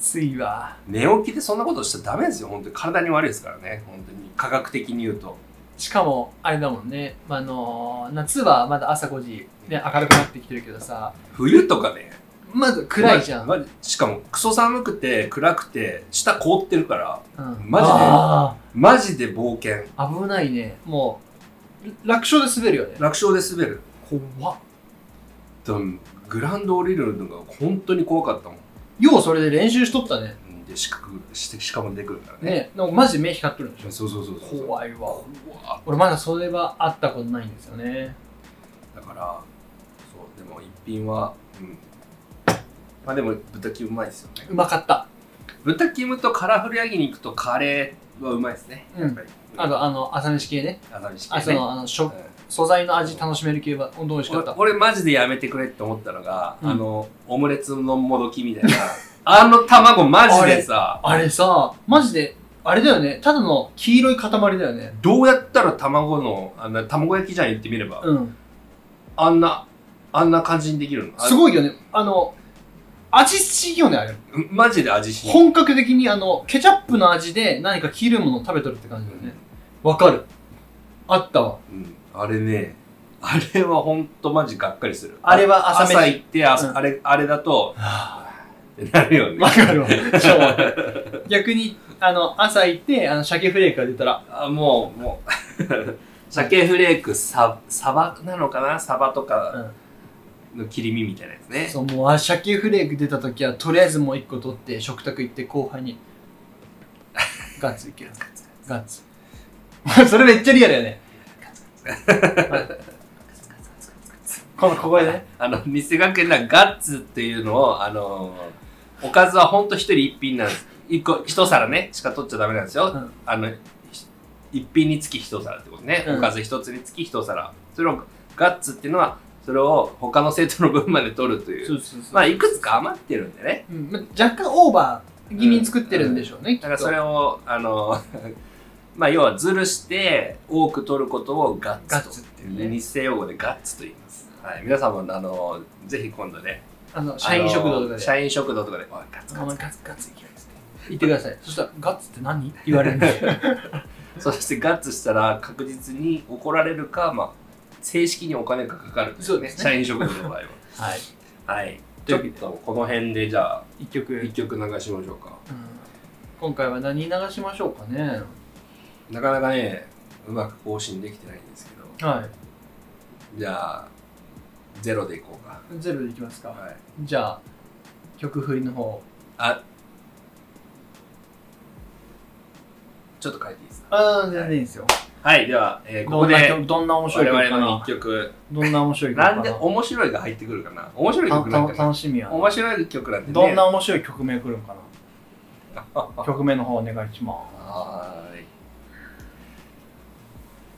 ついわ
寝起きでそんなことしちゃダメですよ本当に体に悪いですからね本当に科学的に言うと
しかもあれだもんね、まああのー夏はまだ朝5時、ね、明るくなってきてるけどさ
冬とかね
まず暗いじゃん、
まましかもクソ寒くて暗くて下凍ってるから
うん、
マジで
あ
マジで冒険
ー危ないねもう楽勝で滑るよね
楽勝で滑る
怖っ
でもグラウンド降りるのが本当に怖かったもん
ようそれで練習しとったね
うんで四角してしかも出てくるからね
ねなんかマジで目光ってるんでしょ
そうそうそうそう
怖いわ
怖っ
俺まだそれは会ったことないんですよね
だからそうでも一品はうんまあでも豚キムうまいですよね
うまかった
豚キムとカラフルヤギ肉とカレーはうまいですね
うん
やっぱり
あと、あの、朝飯系ね。
朝飯
あ、
系
そ
ね
の、あの、
う
食
ん
素材の味楽しめる系は本当美味しかった。
俺俺マジでやめてくれって思ったのが、
うん
あのオムレツのもどきみたいな あの卵マジでさ
あれさ、マジで、あれだよね。ただの黄色い塊だよね。
どうやったら卵のあんな卵焼きじゃん言ってみれば、
うん。
あんなあんな感じにできるの
す
い
ごいよね。あの、味しいよね、あれ。
マジで味しない
本格的にあの、ケチャップの味で何か黄色いものを食べとるって感じだよね。わかる。あったわ。
うんあれねあれはほんとマジがっかりする
あれは朝飯
朝行ってあ,、
うん
あれあれだと
わ
ってなるよね
かるわ。 超わかる逆に、あの、朝行って、あの、鮭フレークが出たら、
あもうもう 鮭フレークササバなのかなサバとかの切り身みたいなやつね、
そう、もう、あ、鮭フレーク出た時は、とりあえずもう一個取って、食卓行って、後輩に、ガッツいける。ガッツ。それめっちゃリアルやね。この、ここでね。
あの、偽学園なガッツっていうのを、あのおかずはほんと一人一品なんです。一個、一皿ね、しか取っちゃダメなんですよ。
うん
あの、ひ一品につき一皿ってことね。
うん
おかず一つにつき一皿。それを、ガッツっていうのは、それを他の生徒の分まで取るという。
うそうそ
まあ、いくつか余ってるんでね。
うんまあ若干オーバー気味に作ってるんでしょうね、きっ
だから
と
それを、あの まあ、要はずるして多く取ることをガ
ガ
ッ
ッ
ツ
ツっ
と
ていうね
日清用語でガッツと言います。はい、皆さんもあのぜひ今度ね
あの社員食堂と
あ
か
の
で
社員食堂とかで、おい、ガツ
あ
ガ
んま
ツ
り
ガツガツいきないですね。
言ってくださいそしたら「ガッツって何?」って言われるんで
そしてガッツしたら確実に怒られるか、まあ、正式にお金がかかるとい
そうですね
社員食堂の 場合は。
はい
はい。ち
と
ょ
いうわ
っ
けで
とこの辺でじゃあ、
一曲、
一曲流しましょうか。
うん今回は何流しましょうかね
なかなかね、うまく更新できてないんですけど、
は
じゃあ、ゼロでいこうか。
いゼロでいきますか
はい。
じゃあ曲振りの方
あ、ちょっと変えていいですか
ああ全然いいですよ、
はい、では、えーこ
ど
こ
んな
で
曲どんな面白い曲
我
か
々の
な
一曲。
どんな面白い曲か
な
なん
で面白いが入ってくるかな面白い曲なんか
た
ね
た楽しみやな
面白い曲なんてね
どんな面白い曲名来るんか な曲名の方お願いします
はーい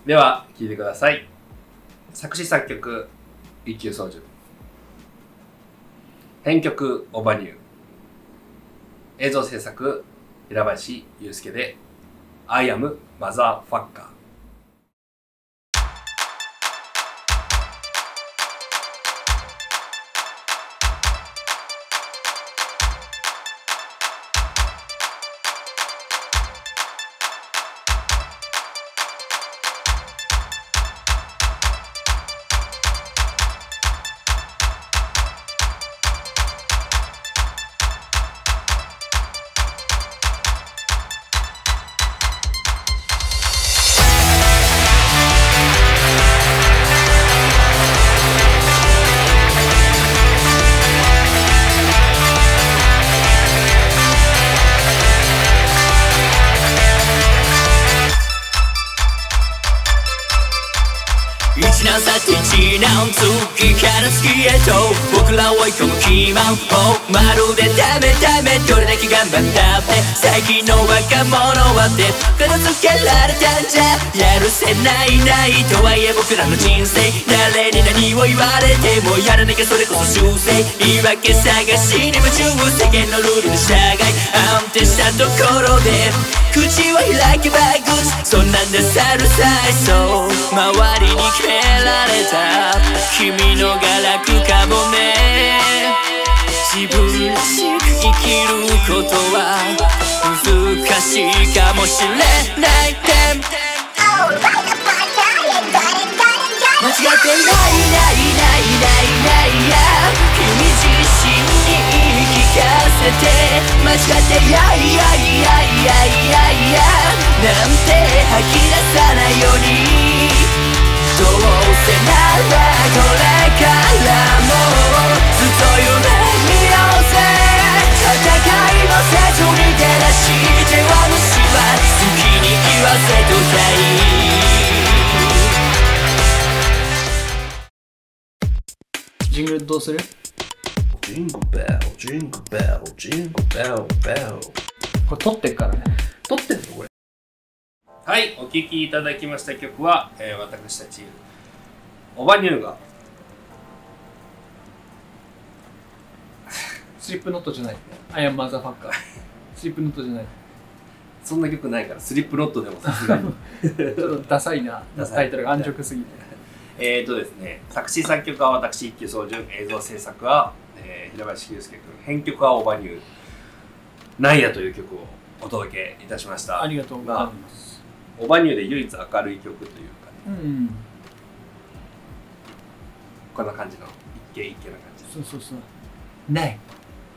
では聴いてください作詞作曲一級操縦編曲オバニュー映像制作平林祐介で「I am マザーファッカー」
一難去って一難月から月へと僕らを追い込むキーマンをまるでダメダメどれだけ頑張ったって最近の若者はって片付けられたんじゃやるせないないとはいえ僕らの人生誰に何を言われてもやらなきゃそれこそ修正言い訳探しに夢中世間のルールに従い安定したところで口を開けばグッそんなんで去る際そう周りに決められた君のが楽かもね自分らしく生きることは難しいかもしれないで間違ってないないないないないや君自身に言い聞かせて間違ってやいやいやいやいやいやなんて吐き出さないようにどうせならこれからもずっと夢見ようぜ戦いもせずに照らしては虫は好きに言わせときたい
ジングルどうする
Jingle bell, jingle bell, jingle bell, bell.
これ撮ってっからね
撮ってんのこれ。
はい、お聴きいただきました曲は、えー私たち、オバニューが、
スリップノットじゃない。アイアンマザーファッ カー。スリップノットじゃない。
そんな曲ないから、スリップノットでもさすがに。
ちょっとダサいな、
ダサい
タイトルが安直すぎて。
えーとですね、作詞作曲は私、一級総順、映像制作は、えー平林久介君、編曲はオバニュー、なんやという曲をお届けいたしました。
ありがとうございます。
オバニューで唯一明るい曲というかね、
うん。
こんな感じの、一見一見な感じ
そうそうそう。ない。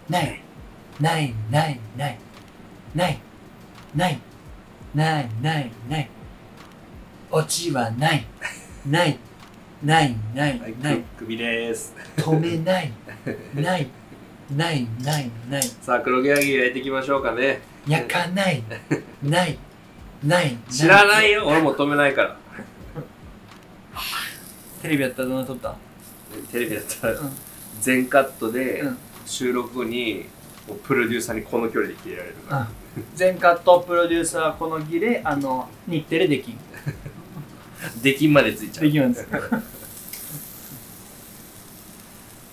ない。ない。ない。ない。ない。ない。ない。ない。ない。落ちはない。ない。ない。ない。
はい、
ない。
く首です。
止め ない。ない。ない。ない。ない。
さあ、黒毛和牛焼いていきましょうかね。
焼かない。ない。ない。
知らないよ、俺も止めないから。
テレビやったらどんな撮った
テレビだったら
うん、
全カットで
うん、
収録後に、もうプロデューサーにこの距離で切れられるから。
全カットプロデューサーこの儀礼あの日テレできん
出禁までついちゃう。
できます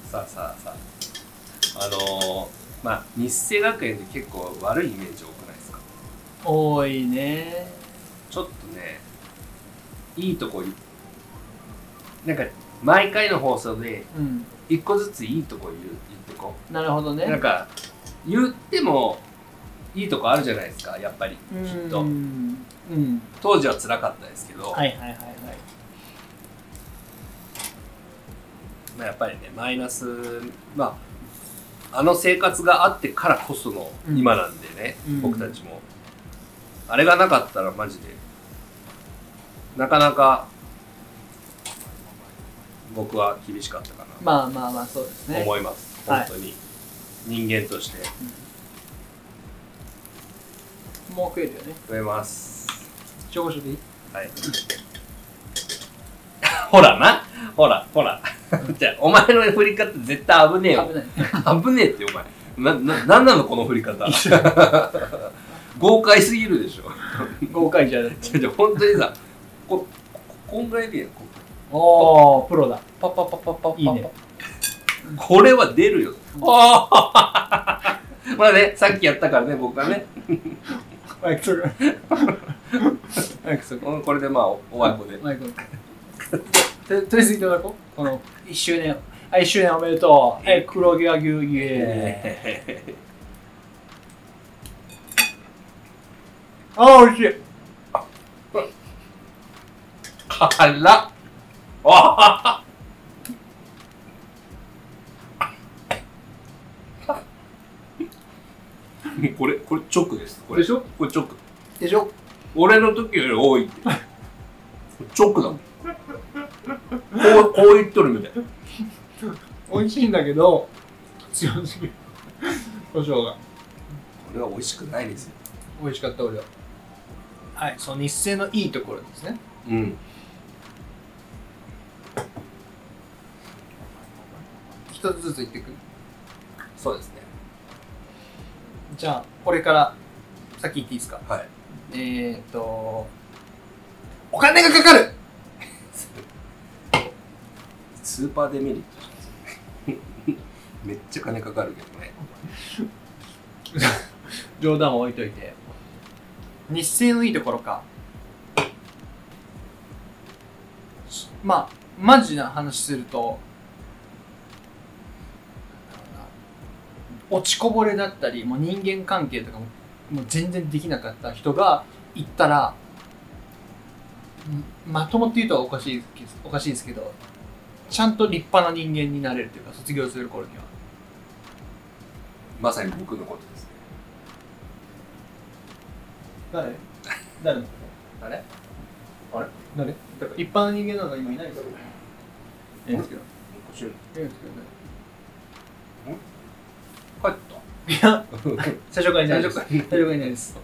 さあさあさあ。あのー、まあ、日生学園って結構悪いイメージ多くないですか
多いね
ちょっとね、いいとこい、なんか、毎回の放送で、
うん
一個ずついいとこ言う言ってこう。
なるほどね
なんか言ってもいいとこあるじゃないですかやっぱり
う
きっ
ん
と
うん
当時は辛かったですけど、
はいはいはいはい
まあ、やっぱりねマイナスまああの生活があってからこその
うん
今なんでね、
うん
僕たちもあれがなかったらマジでなかなか僕は厳しかったかな
まあまあまあそうですね
思います、
はい
本当に人間として
もう食えるよね
増えます
調合書でいい
はい。 ほらな、ほら、ほら。 じゃあ、お前の振り方絶対危ねえよ
危。ない
危ねえって、お前。な、な、なんなのこの振り 方。豪快すぎるでしょ。
豪快じゃだって
じゃあ、本当にさ、こ、ここんぐらいでいいやん。こ
おおプロだ
パッパッパッパッパッパッ
いいね
これは出るよ。 ああまあね、さっきやったからね、僕はね。
マイク 取るマイク取る
うんこれでまあ、おおわこで。
マイク取る ととりあえずいただこうこの1周年あ1周年おめでとうえ黒毛和牛イエーイあー美味しい
辛っあもうこれこれ直ですこれ
でしょ
これ直
でしょ
俺の時より多いって直だもんこうこう言っとるみたい
美味しいんだけど強すぎる 胡椒が
これは美味しくないですよ
美味しかった俺ははいその日清のいいところですね
うん
一つずつ言ってく
そうですね
じゃあこれからさっき言っていいですか
はい
えー、っとお金がかかる
スーパーデメリットじゃないですかめっちゃ金かかるけどね
冗談を置いといて日清のいいところかまあマジな話すると落ちこぼれだったりもう人間関係とかももう全然できなかった人が行ったらんまともって言うとおかしいですおかしいですけどちゃんと立派な人間になれるというか卒業する頃には
まさに僕のことですね
誰誰のあれあれ誰一般の人間なんか今いないですよいいんですけどいいんですけどね
帰った
いや最初からいな
大
い
丈
で
夫
す
か
最初からいないです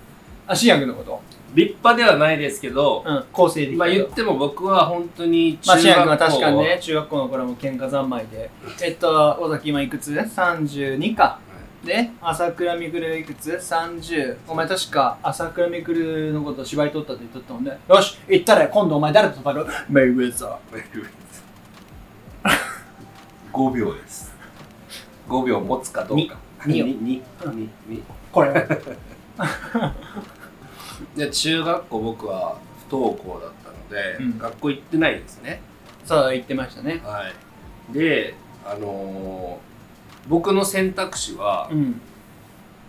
あ新薬のこと
立派ではないですけど、
うん構成的
まあ言っても僕は本当に
まあ、
中
シア
学
君
校
は確か にね、中学校の頃も喧嘩三昧で、えっと、尾崎今いくつ ?32 か。で朝倉未来がいくつ ?30 お前確か朝倉未来のこと芝居取ったと言っとったもんねよし行ったら今度お前誰と戦うメイウェザー
5秒です5秒持つかどうか
にによ
ににに
これ
で中学校僕は不登校だったので、
うん
学校行ってないんですね
さあ言ってましたね
はいであのー僕の選択肢は
うん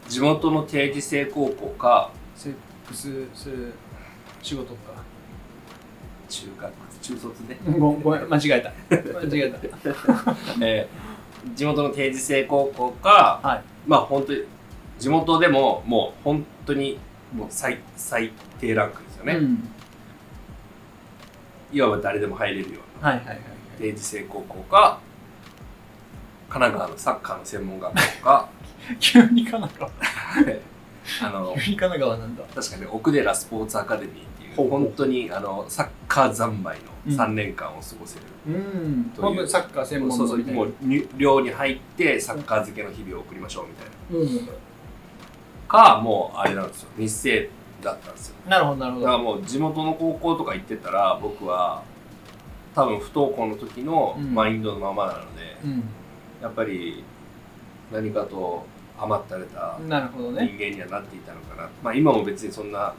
地元の定時制高校か
セックスする仕事か
中学中卒 で、
ごごめん間違えた間違えた
えー地元の定時制高校か、
はい
まあ本当に地元でももう本当にもう最最低ランクですよね、
うん、
いわば誰でも入れるような
はいはいはい
定時制高校か神奈川のサッカーの専門学校 か
急に神奈川
あの
急に神奈川なんだ
確かに奥寺スポーツアカデミーっていう
ほうほう
本当にあのサッカー三昧
うん
の3年間を過ごせる、
うん
という
本当にサッカー専門
そうそう
みたいな
もう入寮に入ってサッカー漬けの日々を送りましょうみたいな
うん
かもうあれなんですよ日生だったんですよ
なるほどなるほ
だから
ど
もう地元の高校とか行ってたら僕は多分不登校の時の
うん
マインドのままなので、
う
やっぱり何かと余ったれた
んなるほど
人
ね
間にはなっていたのかな、まあ今も別にそんな、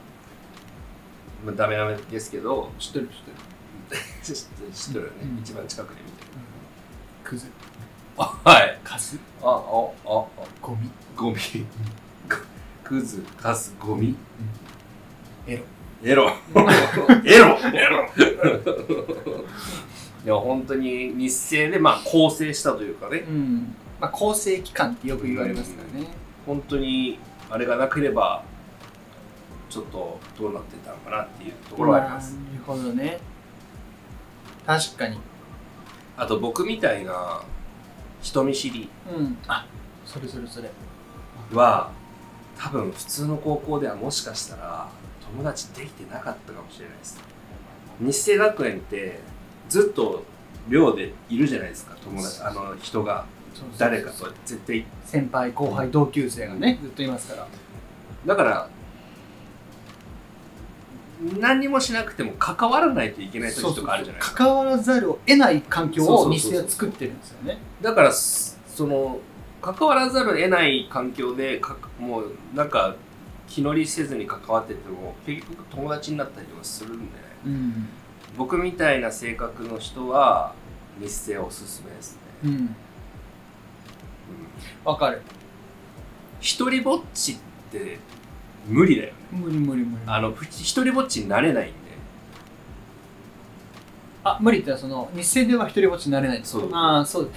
まあ、ダメダメですけど
知ってる知ってる
知知ってるよね、
うん
一番近くで見て
クズ
あはい
カス
ああああ
ゴミ
ゴミクズカスゴミ
エロ
エロ エロエロ いや本当に日生でまあ構成したというかね
うんまあ構成期間ってよく言われますからね
本当にあれがなければちょっとどうなってたのかなっていうところはあります、
なるほどね確かに
あと僕みたいな人見知り
うんあそれそれそれ
は多分普通の高校ではもしかしたら友達できてなかったかもしれないです日生学園ってずっと寮でいるじゃないですか友達あの人が
そうそう
誰かと絶対
先輩後輩同級生がねずっといますから
だから何もしなくても関わらないといけない時とかあるじゃないですか
関わらざるを得ない環境
そう
を
そうそうそう
日生は作ってるんですよね
だからすその関わらざるを得ない環境でかもうなんか気乗りせずに関わってても結局友達になったりとかするんでね
うん
僕みたいな性格の人は日生おすすめですね、
うん
うん
わかる
一人ぼっちって無理だよね
無理無理無理
あのふ一人ぼっちになれないんで
あ無理ってのはその日生では一人ぼっちになれない
そう
ああそう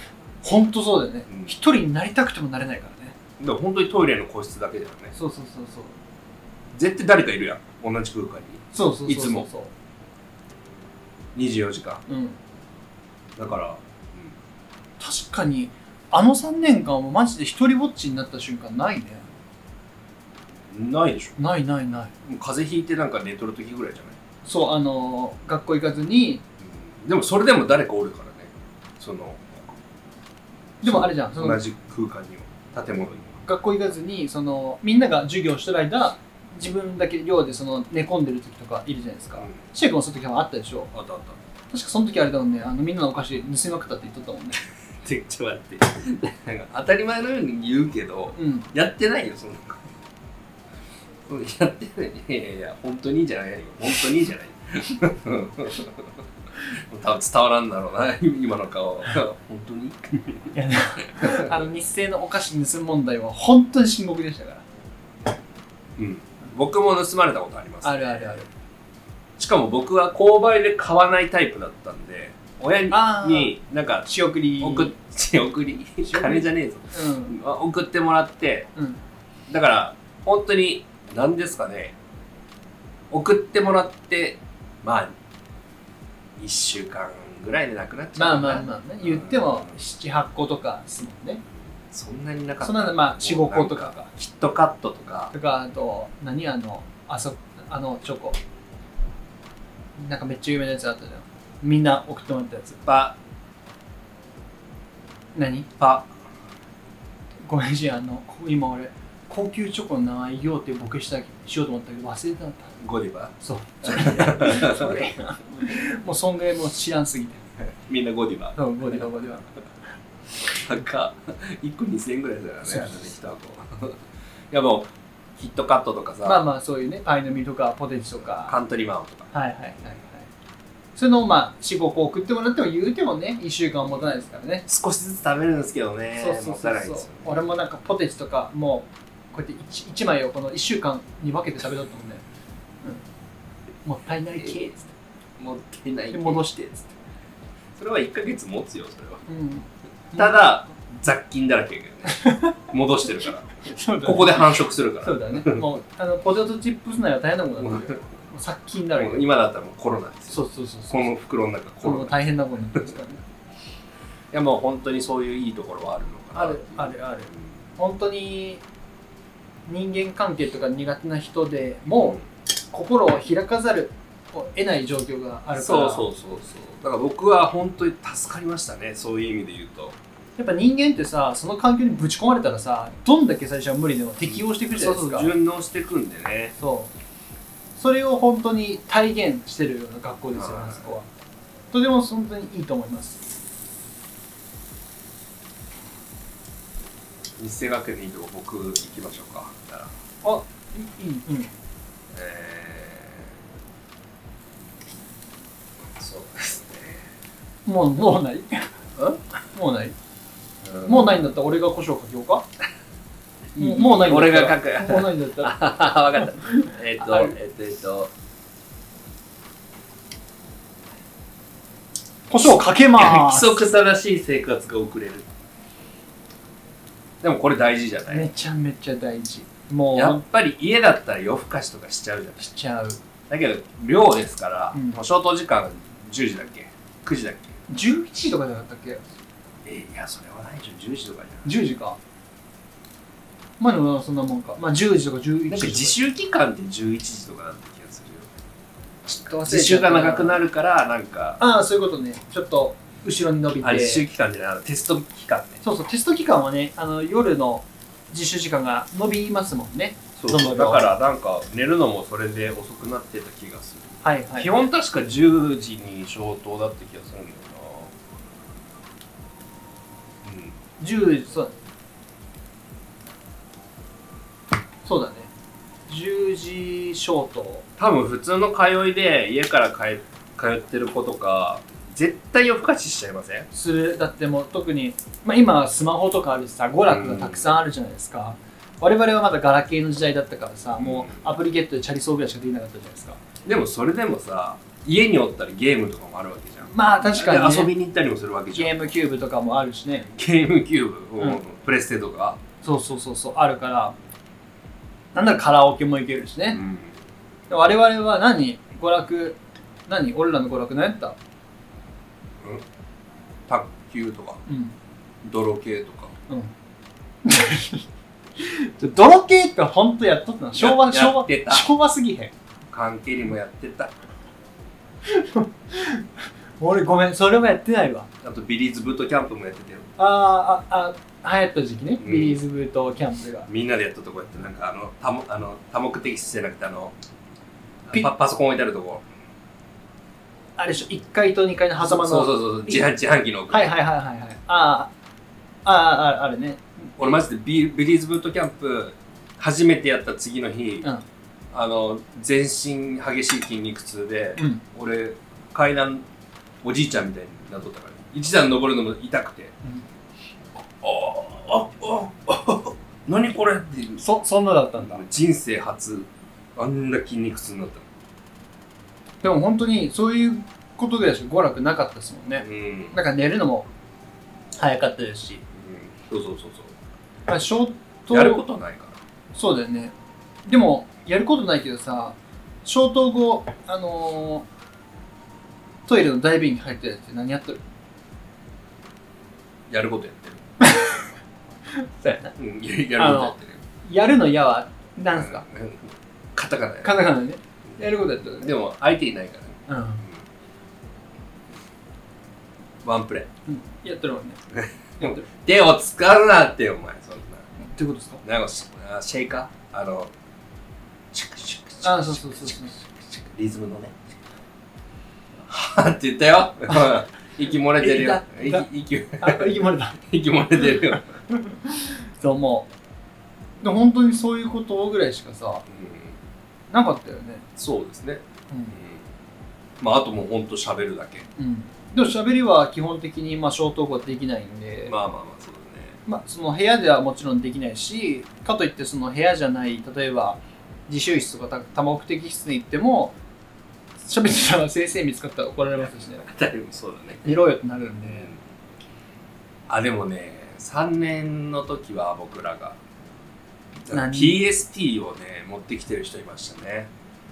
本当そうだよね
うん
一、人になりたくてもなれないからね
だから本当にトイレの個室だけだよね
そうそうそうそう
絶対誰かいるやん同じ空間
そうそうそうそう
いつもに24時間
うん
だから、
確かにあの3年間はマジで一人ぼっちになった瞬間ないね
うん、ないでしょ
ないないない
もう風邪ひいてなんか寝とる時ぐらいじゃない
そうあのー学校行かずに
でもそれでも誰かおるからねその
でもあれじゃんそ
同
の
じ空間には建物に
学校行かずにそのみんなが授業してる間自分だけ寮でその寝込んでる時とかいるじゃないですか
は、
千秋君もその時はあったでしょ
あったあっ
確かその時あれだもんねあのみんなのお菓子盗みまくったって言っとったもんね
たちょっと待ってなんか当たり前のように言うけど
うん
やってないよそんなことやってないいやいやいや本当にじゃないよ本当にじゃない 多分伝わらんだろうな今の顔本当に
あの日生のお菓子盗む問題は本当に深刻でしたから
うん僕も盗まれたことあります
あるあるある
しかも僕は購買で買わないタイプだったんで親に
あー
になんか
仕送り
送っ 送り金じゃねえぞ
うん
あ送ってもらって
うん
だから本当に何ですかね送ってもらってまあ1週間ぐらいでなくなっち
ま
ゃ
あ
うかな
まあまあね言っても78個とかですもんね
そんなになかった
そんなのまあ
もう
45
なん
個とかか
キットカットとか
とかあと何あのあそあのチョコなんかめっちゃ有名なやつあったじゃんみんな送ってもらったやつ
パ
何
パ
ごめんし、あの、今俺、高級チョコないよってボケしたしようと思ったけど、忘れてなかった。
ゴディバ
そう。 それもうそんぐらいもう知らんすぎて。
みんなゴディバ
そう、ゴディバゴディバ。
か1個2000円ぐらいだよね
そう
あれで一箱 いやもうヒットカットとかさ、
まあまあ、そういうね、パイの実とか、ポテチと
カ
か。
ントリーマンとか
はいはいはいはい。それの、まあ、4、5個送ってもらっても、言うてもね、1週間は持たないですからね。
少しずつ食べるんですけどね
そうそう
もった
そ
いうない
そ
で
う
すよ、ね、
俺もなんかポテチとかもうこうやって 1, 枚をこの1週間に分けて食べとったもんね、うん、もったいないけっつって、
持ってない
で戻して
つってそれは1ヶ月持つよそれは
うん、
ただ雑菌だらけやけどね戻してるから
そうだね
ここで繁殖するから
そうだねもうあのポテトチップス内は大変なことなんだけどもう殺菌だらけ
もう今だったらもうコロナですよ
そうそうそうそう
この袋の中コ
こ
ロナ
の
い
大変なことになってますからね
やもう本当にそういういいところはあるのかな
あるあるある本当に人間関係とか苦手な人でも心を開かざるを得ない状況があるから
そうそうそうそうだから僕は本当に助かりましたねそういう意味で言うと
やっぱ人間ってさその環境にぶち込まれたらさどんだけ最初は無理でも適応していくじゃ
そ
な
う
い
そ
ですか
う
そう
順応していくんでね
それを本当に体現してるような学校ですよ
はい
あそこはとても本当にいいと思います
日生学園のいいとこ僕行きましょうかだから
あいいいいうん
えーそうです
もうもうないもうない
ね
もう
ない
ないんだったら俺が胡椒かけようかもうもうないんだった
俺
ら
が書く
もうないんだっ たら
あ分かったえっと
ある
えっとえっと
胡椒かけま
規
す
則正しい生活が送れるでもこれ大事じゃない、
めちゃめちゃ大事も
やっ
う
ぱり家だったら夜更かしとかしちゃうじゃない
しちゃう
だけど寮ですから、
うん
もう消灯時間10時だっけ9時だっ
11時とかじゃなかったっけ
けえいやそれはないでしょ10時とかじゃ
10時かまあでもそんなもんかまあ10時とか11時
なん
とか
か自習期間って11時とかだった気がするよ
ちょっと忘れちゃった
自習が長くなるからなんか
ああそういうことねちょっと後ろに伸び
あ
て
自習期間じゃないあのテスト期間ね
そうそうテスト期間はねあの夜の自習時間が伸びますもんね
そう
どんどん
だからなんか寝るのもそれで遅くなってた気がする、
はいはい
基本確か10時に消灯だった気がするんだよなうん
10そうそうだね10時消灯
多分普通の通いで家から帰通ってる子とか絶対夜更かししちゃいません
するだってもう特に、まあ、今スマホとかあるしさ娯楽がたくさんあるじゃないですか、我々はまだガラケーの時代だったからさ、もうアプリゲットでチャリソーぐらいしかできなかったじゃないですか
でもそれでもさ家におったらゲームとかもあるわけじゃん
まあ確かに、ね、
で遊びに行ったりもするわけじ
ゲ
ゃん
ームキューブとかもあるしね
ゲームキューブ、
うん
プレステとか、
そうそうそうそうあるからなんだらカラオケも行けるし
う
ね、
ん
我々は何娯楽何俺らの娯楽何やった
卓球とか
うん
泥系とか
うん泥系って本当やっとったの昭和
や
昭
やっ
和
てた
昭和すぎへん
関係にもやってた
俺ごめんそれもやってないわ
あとビリーズブートキャンプもやってたよ
あーああ流行った時期ね、
うん
ビリーズブートキャンプが
みんなでやったとこやってなんかあの多目あの多目的室じゃなくてあの
ピ
パパソコン置いてあるとこ
あれでしょ1階と2階の狭間の
そうそうそうそう自販自販機の奥、
はいはいはいはいはいあーあーあーあれね
俺マジでビビリーズブートキャンプ初めてやった次の日、
うん
あの全身激しい筋肉痛で、
うん
俺階段おじいちゃんみたいになっとったから一段登るのも痛くて
ん
「あああああ何これ」っていう
そそんなだったんだ
人生初あんな筋肉痛になっ
でも本当にそういうことぐらいしか娯楽なかったですもん
た
ね
のうん、うん
なんか寝るのも早かったですし、
そうそうそう
まあ、ショー
そうやる
ト
ことないから
そうだよねでもやることないけどさ消灯後あのートイレの大便に入ってるやつって何やっとる
やることやってる
そうやな
うん、ややることやってる
やるの嫌はなんすか、
うんカタカナや
カタカナねやることやったらね
でも相手いないからね
うん
ワンプレ
やってるもんね。
ー手を使うなってお前そんな
ってことですか
なんかすあシェイカーあのチクチクチク
あそうそうそうそう
チクリズムのねはぁって言ったよ 息漏れてるよ
いた
息息
あ息漏れた
息漏れてるよ、
そう思うで本当にそういうことぐらいしかさ
うん
なかったよね
そうですね、うんまああともうほんと喋るだけ
うん、うん、でも喋りは基本的にまあ消灯はできないんで、
まあまあまあそう
まあ、その部屋ではもちろんできないしかといってその部屋じゃない例えば自習室とかた多目的室に行っても喋ってたら先生見つかったら怒られますしね
だね誰もそうだね
寝ろよってなるんで、
あでもね3年の時は僕らが
何
PSP をね持ってきてる人いましたね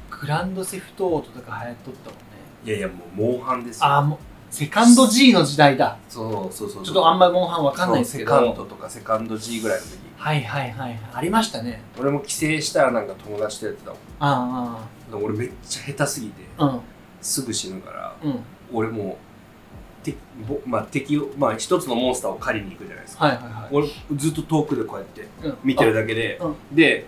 グランドセフトオートとか流行っとったもんね
いやいやもう猛反ですよ
ああもうセカンド G の時代だ
そうそうそうそう
ちょっとあんまりモンハンわかんないです
セ
け
カン
ど
ドとかセカンド G ぐらいの時
はいはいはいありましたね
俺も帰省したらなんか友達とやってたもん
あ
でも俺めっちゃ下手すぎて
あああ
すぐ死ぬから
うんうん
俺もうてぼまあ、敵をまあ一つのモンスターを狩りに行くじゃないですか
はいはいはい
俺ずっと遠くでこうやって
うん
見てるだけで、
あう
で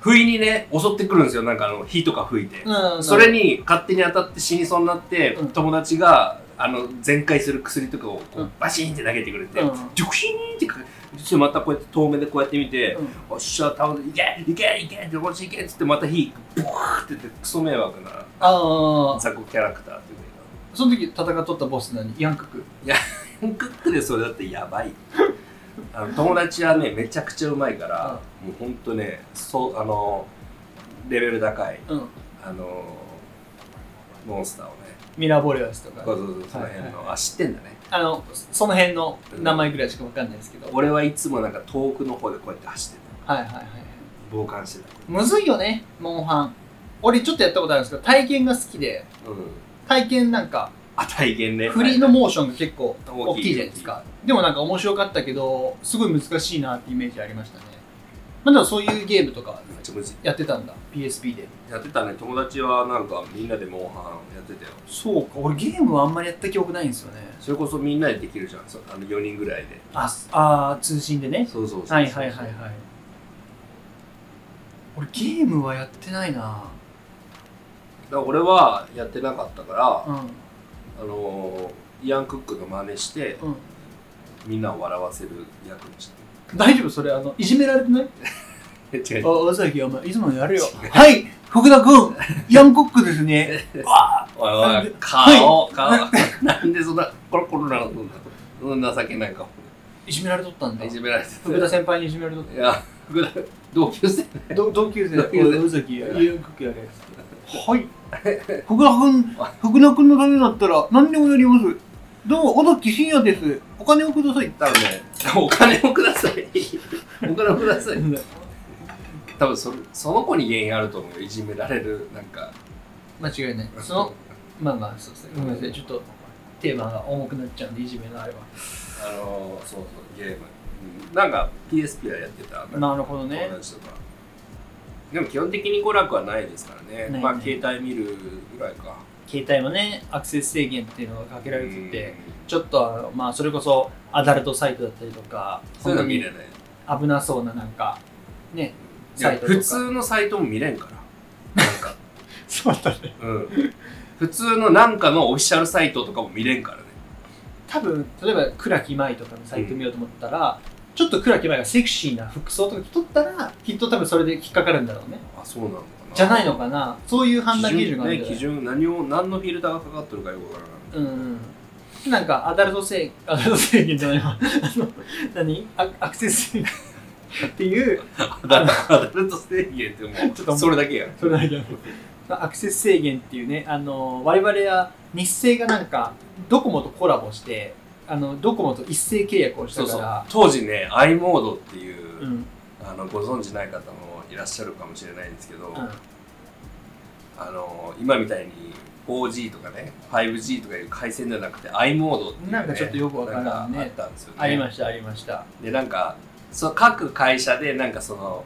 不意にね襲ってくるんですよなんかあの火とか吹いて、
うん
それに勝手に当たって死にそうになって、
うん
友達があの全開する薬とかをこ
う
うんバシーンって投げてくれて、
うん
ジョクシーンってかそしてまたこうやって遠目でこうやって見て、
うん
おっしゃ倒れていけいけいけってこっちいけっつってまた火ブワーってってクソ迷惑な
ああ
雑魚キャラクターっていうか
その時戦っとったボス何ヤンクク
クックでそれだってやばいあの友達はねめちゃくちゃうまいから、もうほんとねそうあのレベル高い
うん
あのモンスターをね
ミラーボレアスとか
そうそうそうその辺の、あ知ってんだね
あのその辺の名前ぐらいしかわかんないですけど、
俺はいつもなんか遠くの方でこうやって走ってた
はいはいはい
傍観してた
むずいよねモンハン俺ちょっとやったことあるんですけど体験が好きで
うん
体験なんか
あ体験ね
振りのモーションが結構
大
大
きい
きいじゃないですかでもなんか面白かったけどすごい難しいなってイメージありましたねまあでもそういうゲームとか
めっちゃむずい
やってたんだ PSP で
やってたね友達はなんかみんなでモンハンやってたよ
そうか俺ゲームはあんまりやった記憶ないんですよね
それこそみんなでできるじゃんそうあの4人ぐらいで
あすあー通信でね
そうそうそうそう
はいはいはいはい俺ゲームはやってないな
だから俺はやってなかったから、
うん
あのーイアン・クックの真似して
うん
みんなを笑わせる役にして
大丈夫それあのいじめられてない
る違う違
あ尾崎お前いつものやるよはい福田君ヤンコックですね
おいおい顔、
はい
顔なんでそんなコロコロなのそんなそんな情けない顔
いじめられとったんだ
いじめられて
福田
て
先輩にいじめられとっ
いや福田同級生
たど同級生
同級生
尾崎ヤンコックやれはい福田君福田君のためだったら何でもやりますどうも尾崎真也ですお金をください
多分ねお金をくだ さいお金をください多分そその子に原因あると思うよいじめられるなんか
間違いないそのまあまあそうですねごめんなさいちょっとテーマが重くなっちゃうんでいじめのあれは
あのーそうそうゲーム、うんなんか PSP はやってた
なるほどね
友達とかでも基本的に娯楽はないですからね
ない
まあ
ね
携帯見るぐらいか
携帯もねアクセス制限っていうのがかけられて
う
て
ん
ちょっとあのまあそれこそアダルトサイトだったりとか
そういうの見れない
本当に危なそうななんかね
いや
サイトとか
普通のサイトも見れんからなんか
そうだね
うん普通のなんかのオフィシャルサイトとかも見れん からね
多分例えば倉木舞とかのサイト見ようと思ったら、ちょっと倉木舞がセクシーな服装とか着とったらきっと多分それで引っかかるんだろうね
あそうなのかな
じゃないのかなそういう判断基準がある
ね
んじゃない
基準何を何のフィルターがかかってるかよくわからない
うんなんかアダルト制アダルト制限じゃないわ あの何アアクセス制限っていう
だからアダルト制限っても
ちょっと
うそれだけやん
それだけアクセス制限っていうねあの我々は日清がなんかドコモとコラボしてあのドコモと一斉契約をし
そ
た
う
か
そう
ら
当時ね i モードっていう、
うん
あのご存知ない方もいらっしゃるかもしれないんですけど、
うん
あの今みたいに 4G とかね 5G とかいう回線じゃなくて i モードっていう、ね、
なんかちょっとよくわからんね
かあったんですよね
ありましたありました
でなんかそ各会社でなんかその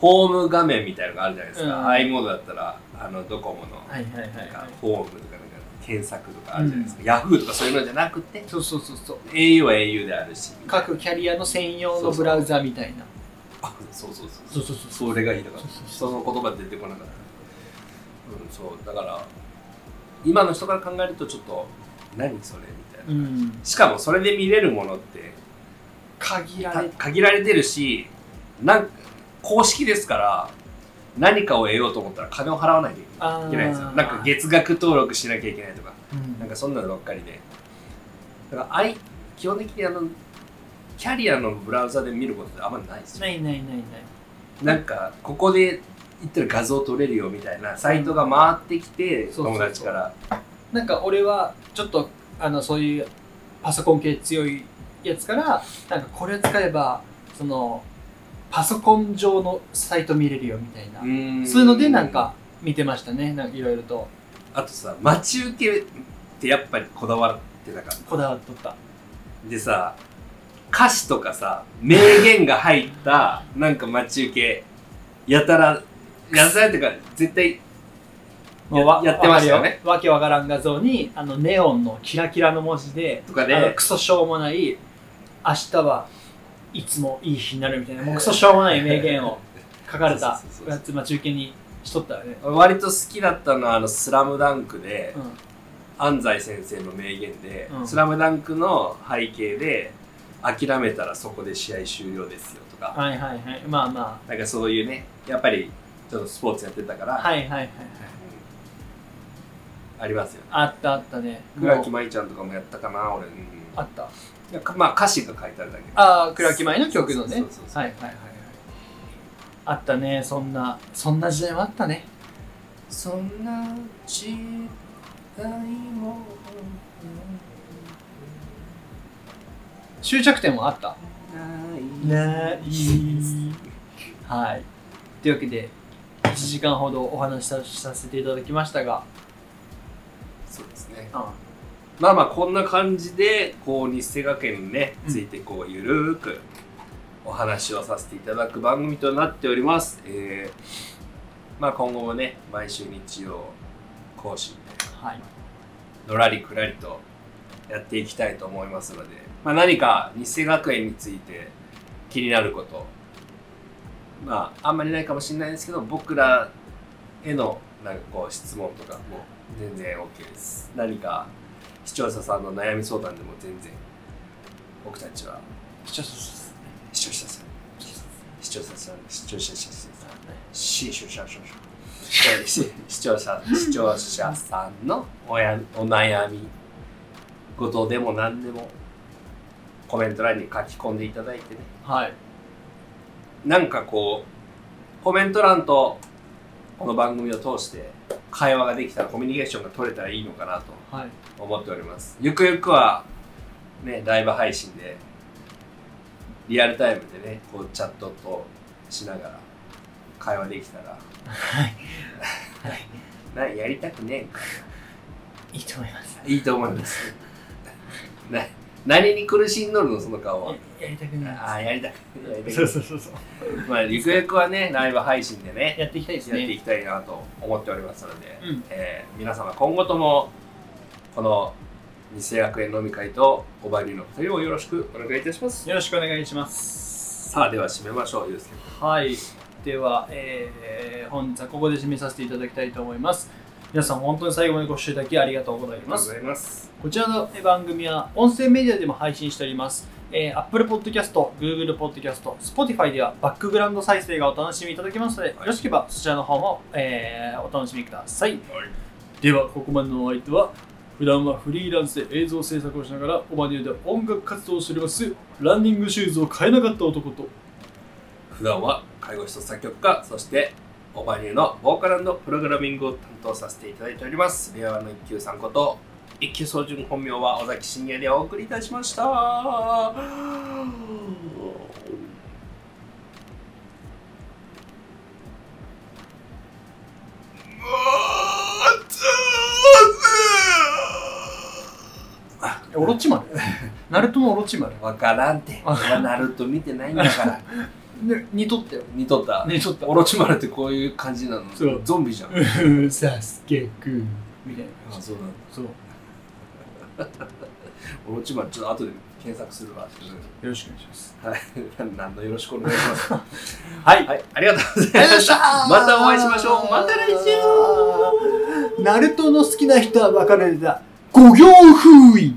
ホーム画面みたいのがあるじゃないですか、
うん
i モードだったらあのドコモの
はいはいは
ないん
は
か
い
ホームとかなんか検索とかあるじゃないですか、ヤフーとかそういうのじゃなくて
そうそうそうそう
au は au であるし
各キャリアの専用のブラウザみたいな
あそうそうそう
そうそうそう
それが言いたかった
そ
人
う
の言葉出てこなかった、うん、そうだから今の人から考えるとちょっと何それみたいな、
うん
しかもそれで見れるものって
限ら
た
れて
限られてるしなん公式ですから何かを得ようと思ったら金を払わないとい
あ
けないんですよなんか月額登録しなきゃいけないとか
うん
なんかそんなのばっかりでだからあい基本的にあのキャリアのブラウザで見ることってあんまりないですよ
ないないないない
なんかここで言ったら画像撮れるよみたいなサイトが回ってきて
そうそうそう
友達から
なんか俺はちょっとあのそういうパソコン系強いやつからなんかこれを使えばそのパソコン上のサイト見れるよみたいな、
ん
そういうのでなんか見てましたねなんかいろいろと
あとさ待ち受けってやっぱりこだわってたから
こだわっとった
でさ歌詞とかさ名言が入ったなんか待ち受けやたらやたらっていうか絶対
もうわ
やってましたよね
わかるわけわからん画像にあのネオンのキラキラの文字で
とか
あの
で
クソしょうもない明日はいつもいい日になるみたいなもうクソしょうもない名言を書かれた
そうそうそうそう
やつ待ち受けにしとったよね、
割と好きだったのはあの「スラムダンクで、
うん
安西先生の名言で
うん
スラムダンクの背景で諦めたらそこで試合終了ですよ」とか
はいはいはいまあま
なんかそういうねやっぱりちょっとスポーツやってたから、
あはいはいは
う
い
んありますよね
あったあったね
倉木
もう
舞ちゃんとかもやったかな俺、うん
あった
なんかまあ歌詞が書いてあるだけ
ああ倉木舞の曲のね
そうそうそうそう
はいはいはいはいあったねそんなそんな時代もあったね
そんな時代も
終着点もあった
ない
ないはいというわけで1時間ほどお話しささせていただきましたが、
そうですね
うん、
まあまあこんな感じでこう日生学園にね
うん
ついてこうゆるーくお話をさせていただく番組となっております、えーまあ今後もね毎週日曜更新で
はい
のらりくらりとやっていきたいと思いますので、まあ、何か日生学園について気になることまああんまりないかもしれないですけど僕らへのなんかこう質問とかも全然 OK です何か視聴者さんの悩み相談でも全然僕たちは
視聴者です
視聴者さん視聴者さん視聴者さん視聴者さん視聴者視聴者さんのおやお悩みことでも何でもコメント欄に書き込んでいただいてね
はい
なんかこうコメント欄とこの番組を通して会話ができたらコミュニケーションが取れたらいいのかなと
はい
思っておりますゆくゆくはねライブ配信でリアルタイムでねこうチャットとしながら会話できたらはいなやりたくね
いいと思います
えいいと思いますな何に苦しんどるのその顔は
やりたくない
ああやりたくやりたく
そうそうそうそう
まあゆくゆくはねライブ配信でね
やっていきたいです
やってい
ね
きたいなと思っておりますので、
うん
えー皆様今後ともこの日0 0円飲み会とおばりの2人をよろしくお願いいたします
よろしくお願いします
さあでは締めましょうゆうすけ
はいでは、えー本日はここで締めさせていただきたいと思います皆さん本当に最後までご視聴いただきありがとうござい
ありが
ま
とうご
す
ざいます
こちらの番組は音声メディアでも配信しております。えー Apple Podcast、Google Podcast、Spotify ではバックグラウンド再生がお楽しみいただけますので、よろしければそちらの方も、えーお楽しみください。では、ここまでのお相手は、普段はフリーランスで映像制作をしながら、オマニューで音楽活動をしております、ランニングシューズを買えなかった男と、
普段は介護士と作曲家そしてオバニューのボーカルプログラミングを担当させていただいております令和の一級さんこと一級総順本名は尾崎真也でお送りいたしました
オロチマル ナルトのオロチマル。
わからんて。
わからん
ナルト見てないんだ から。
ね、にとってよ。
似とった。
にとった。
オロチマルってこういう感じなの
そう
ゾンビじゃん。
うん、サスケくん。みたいな。
そうなの。
そう。
俺もちょっと後で検索するわ。
よろしくお願いします。
はい。何のよろしくお願いします。
はい。
はい。ありがとうございました。またお会いしましょう。また来週
ナルトの好きな人は別れるだ。五行封印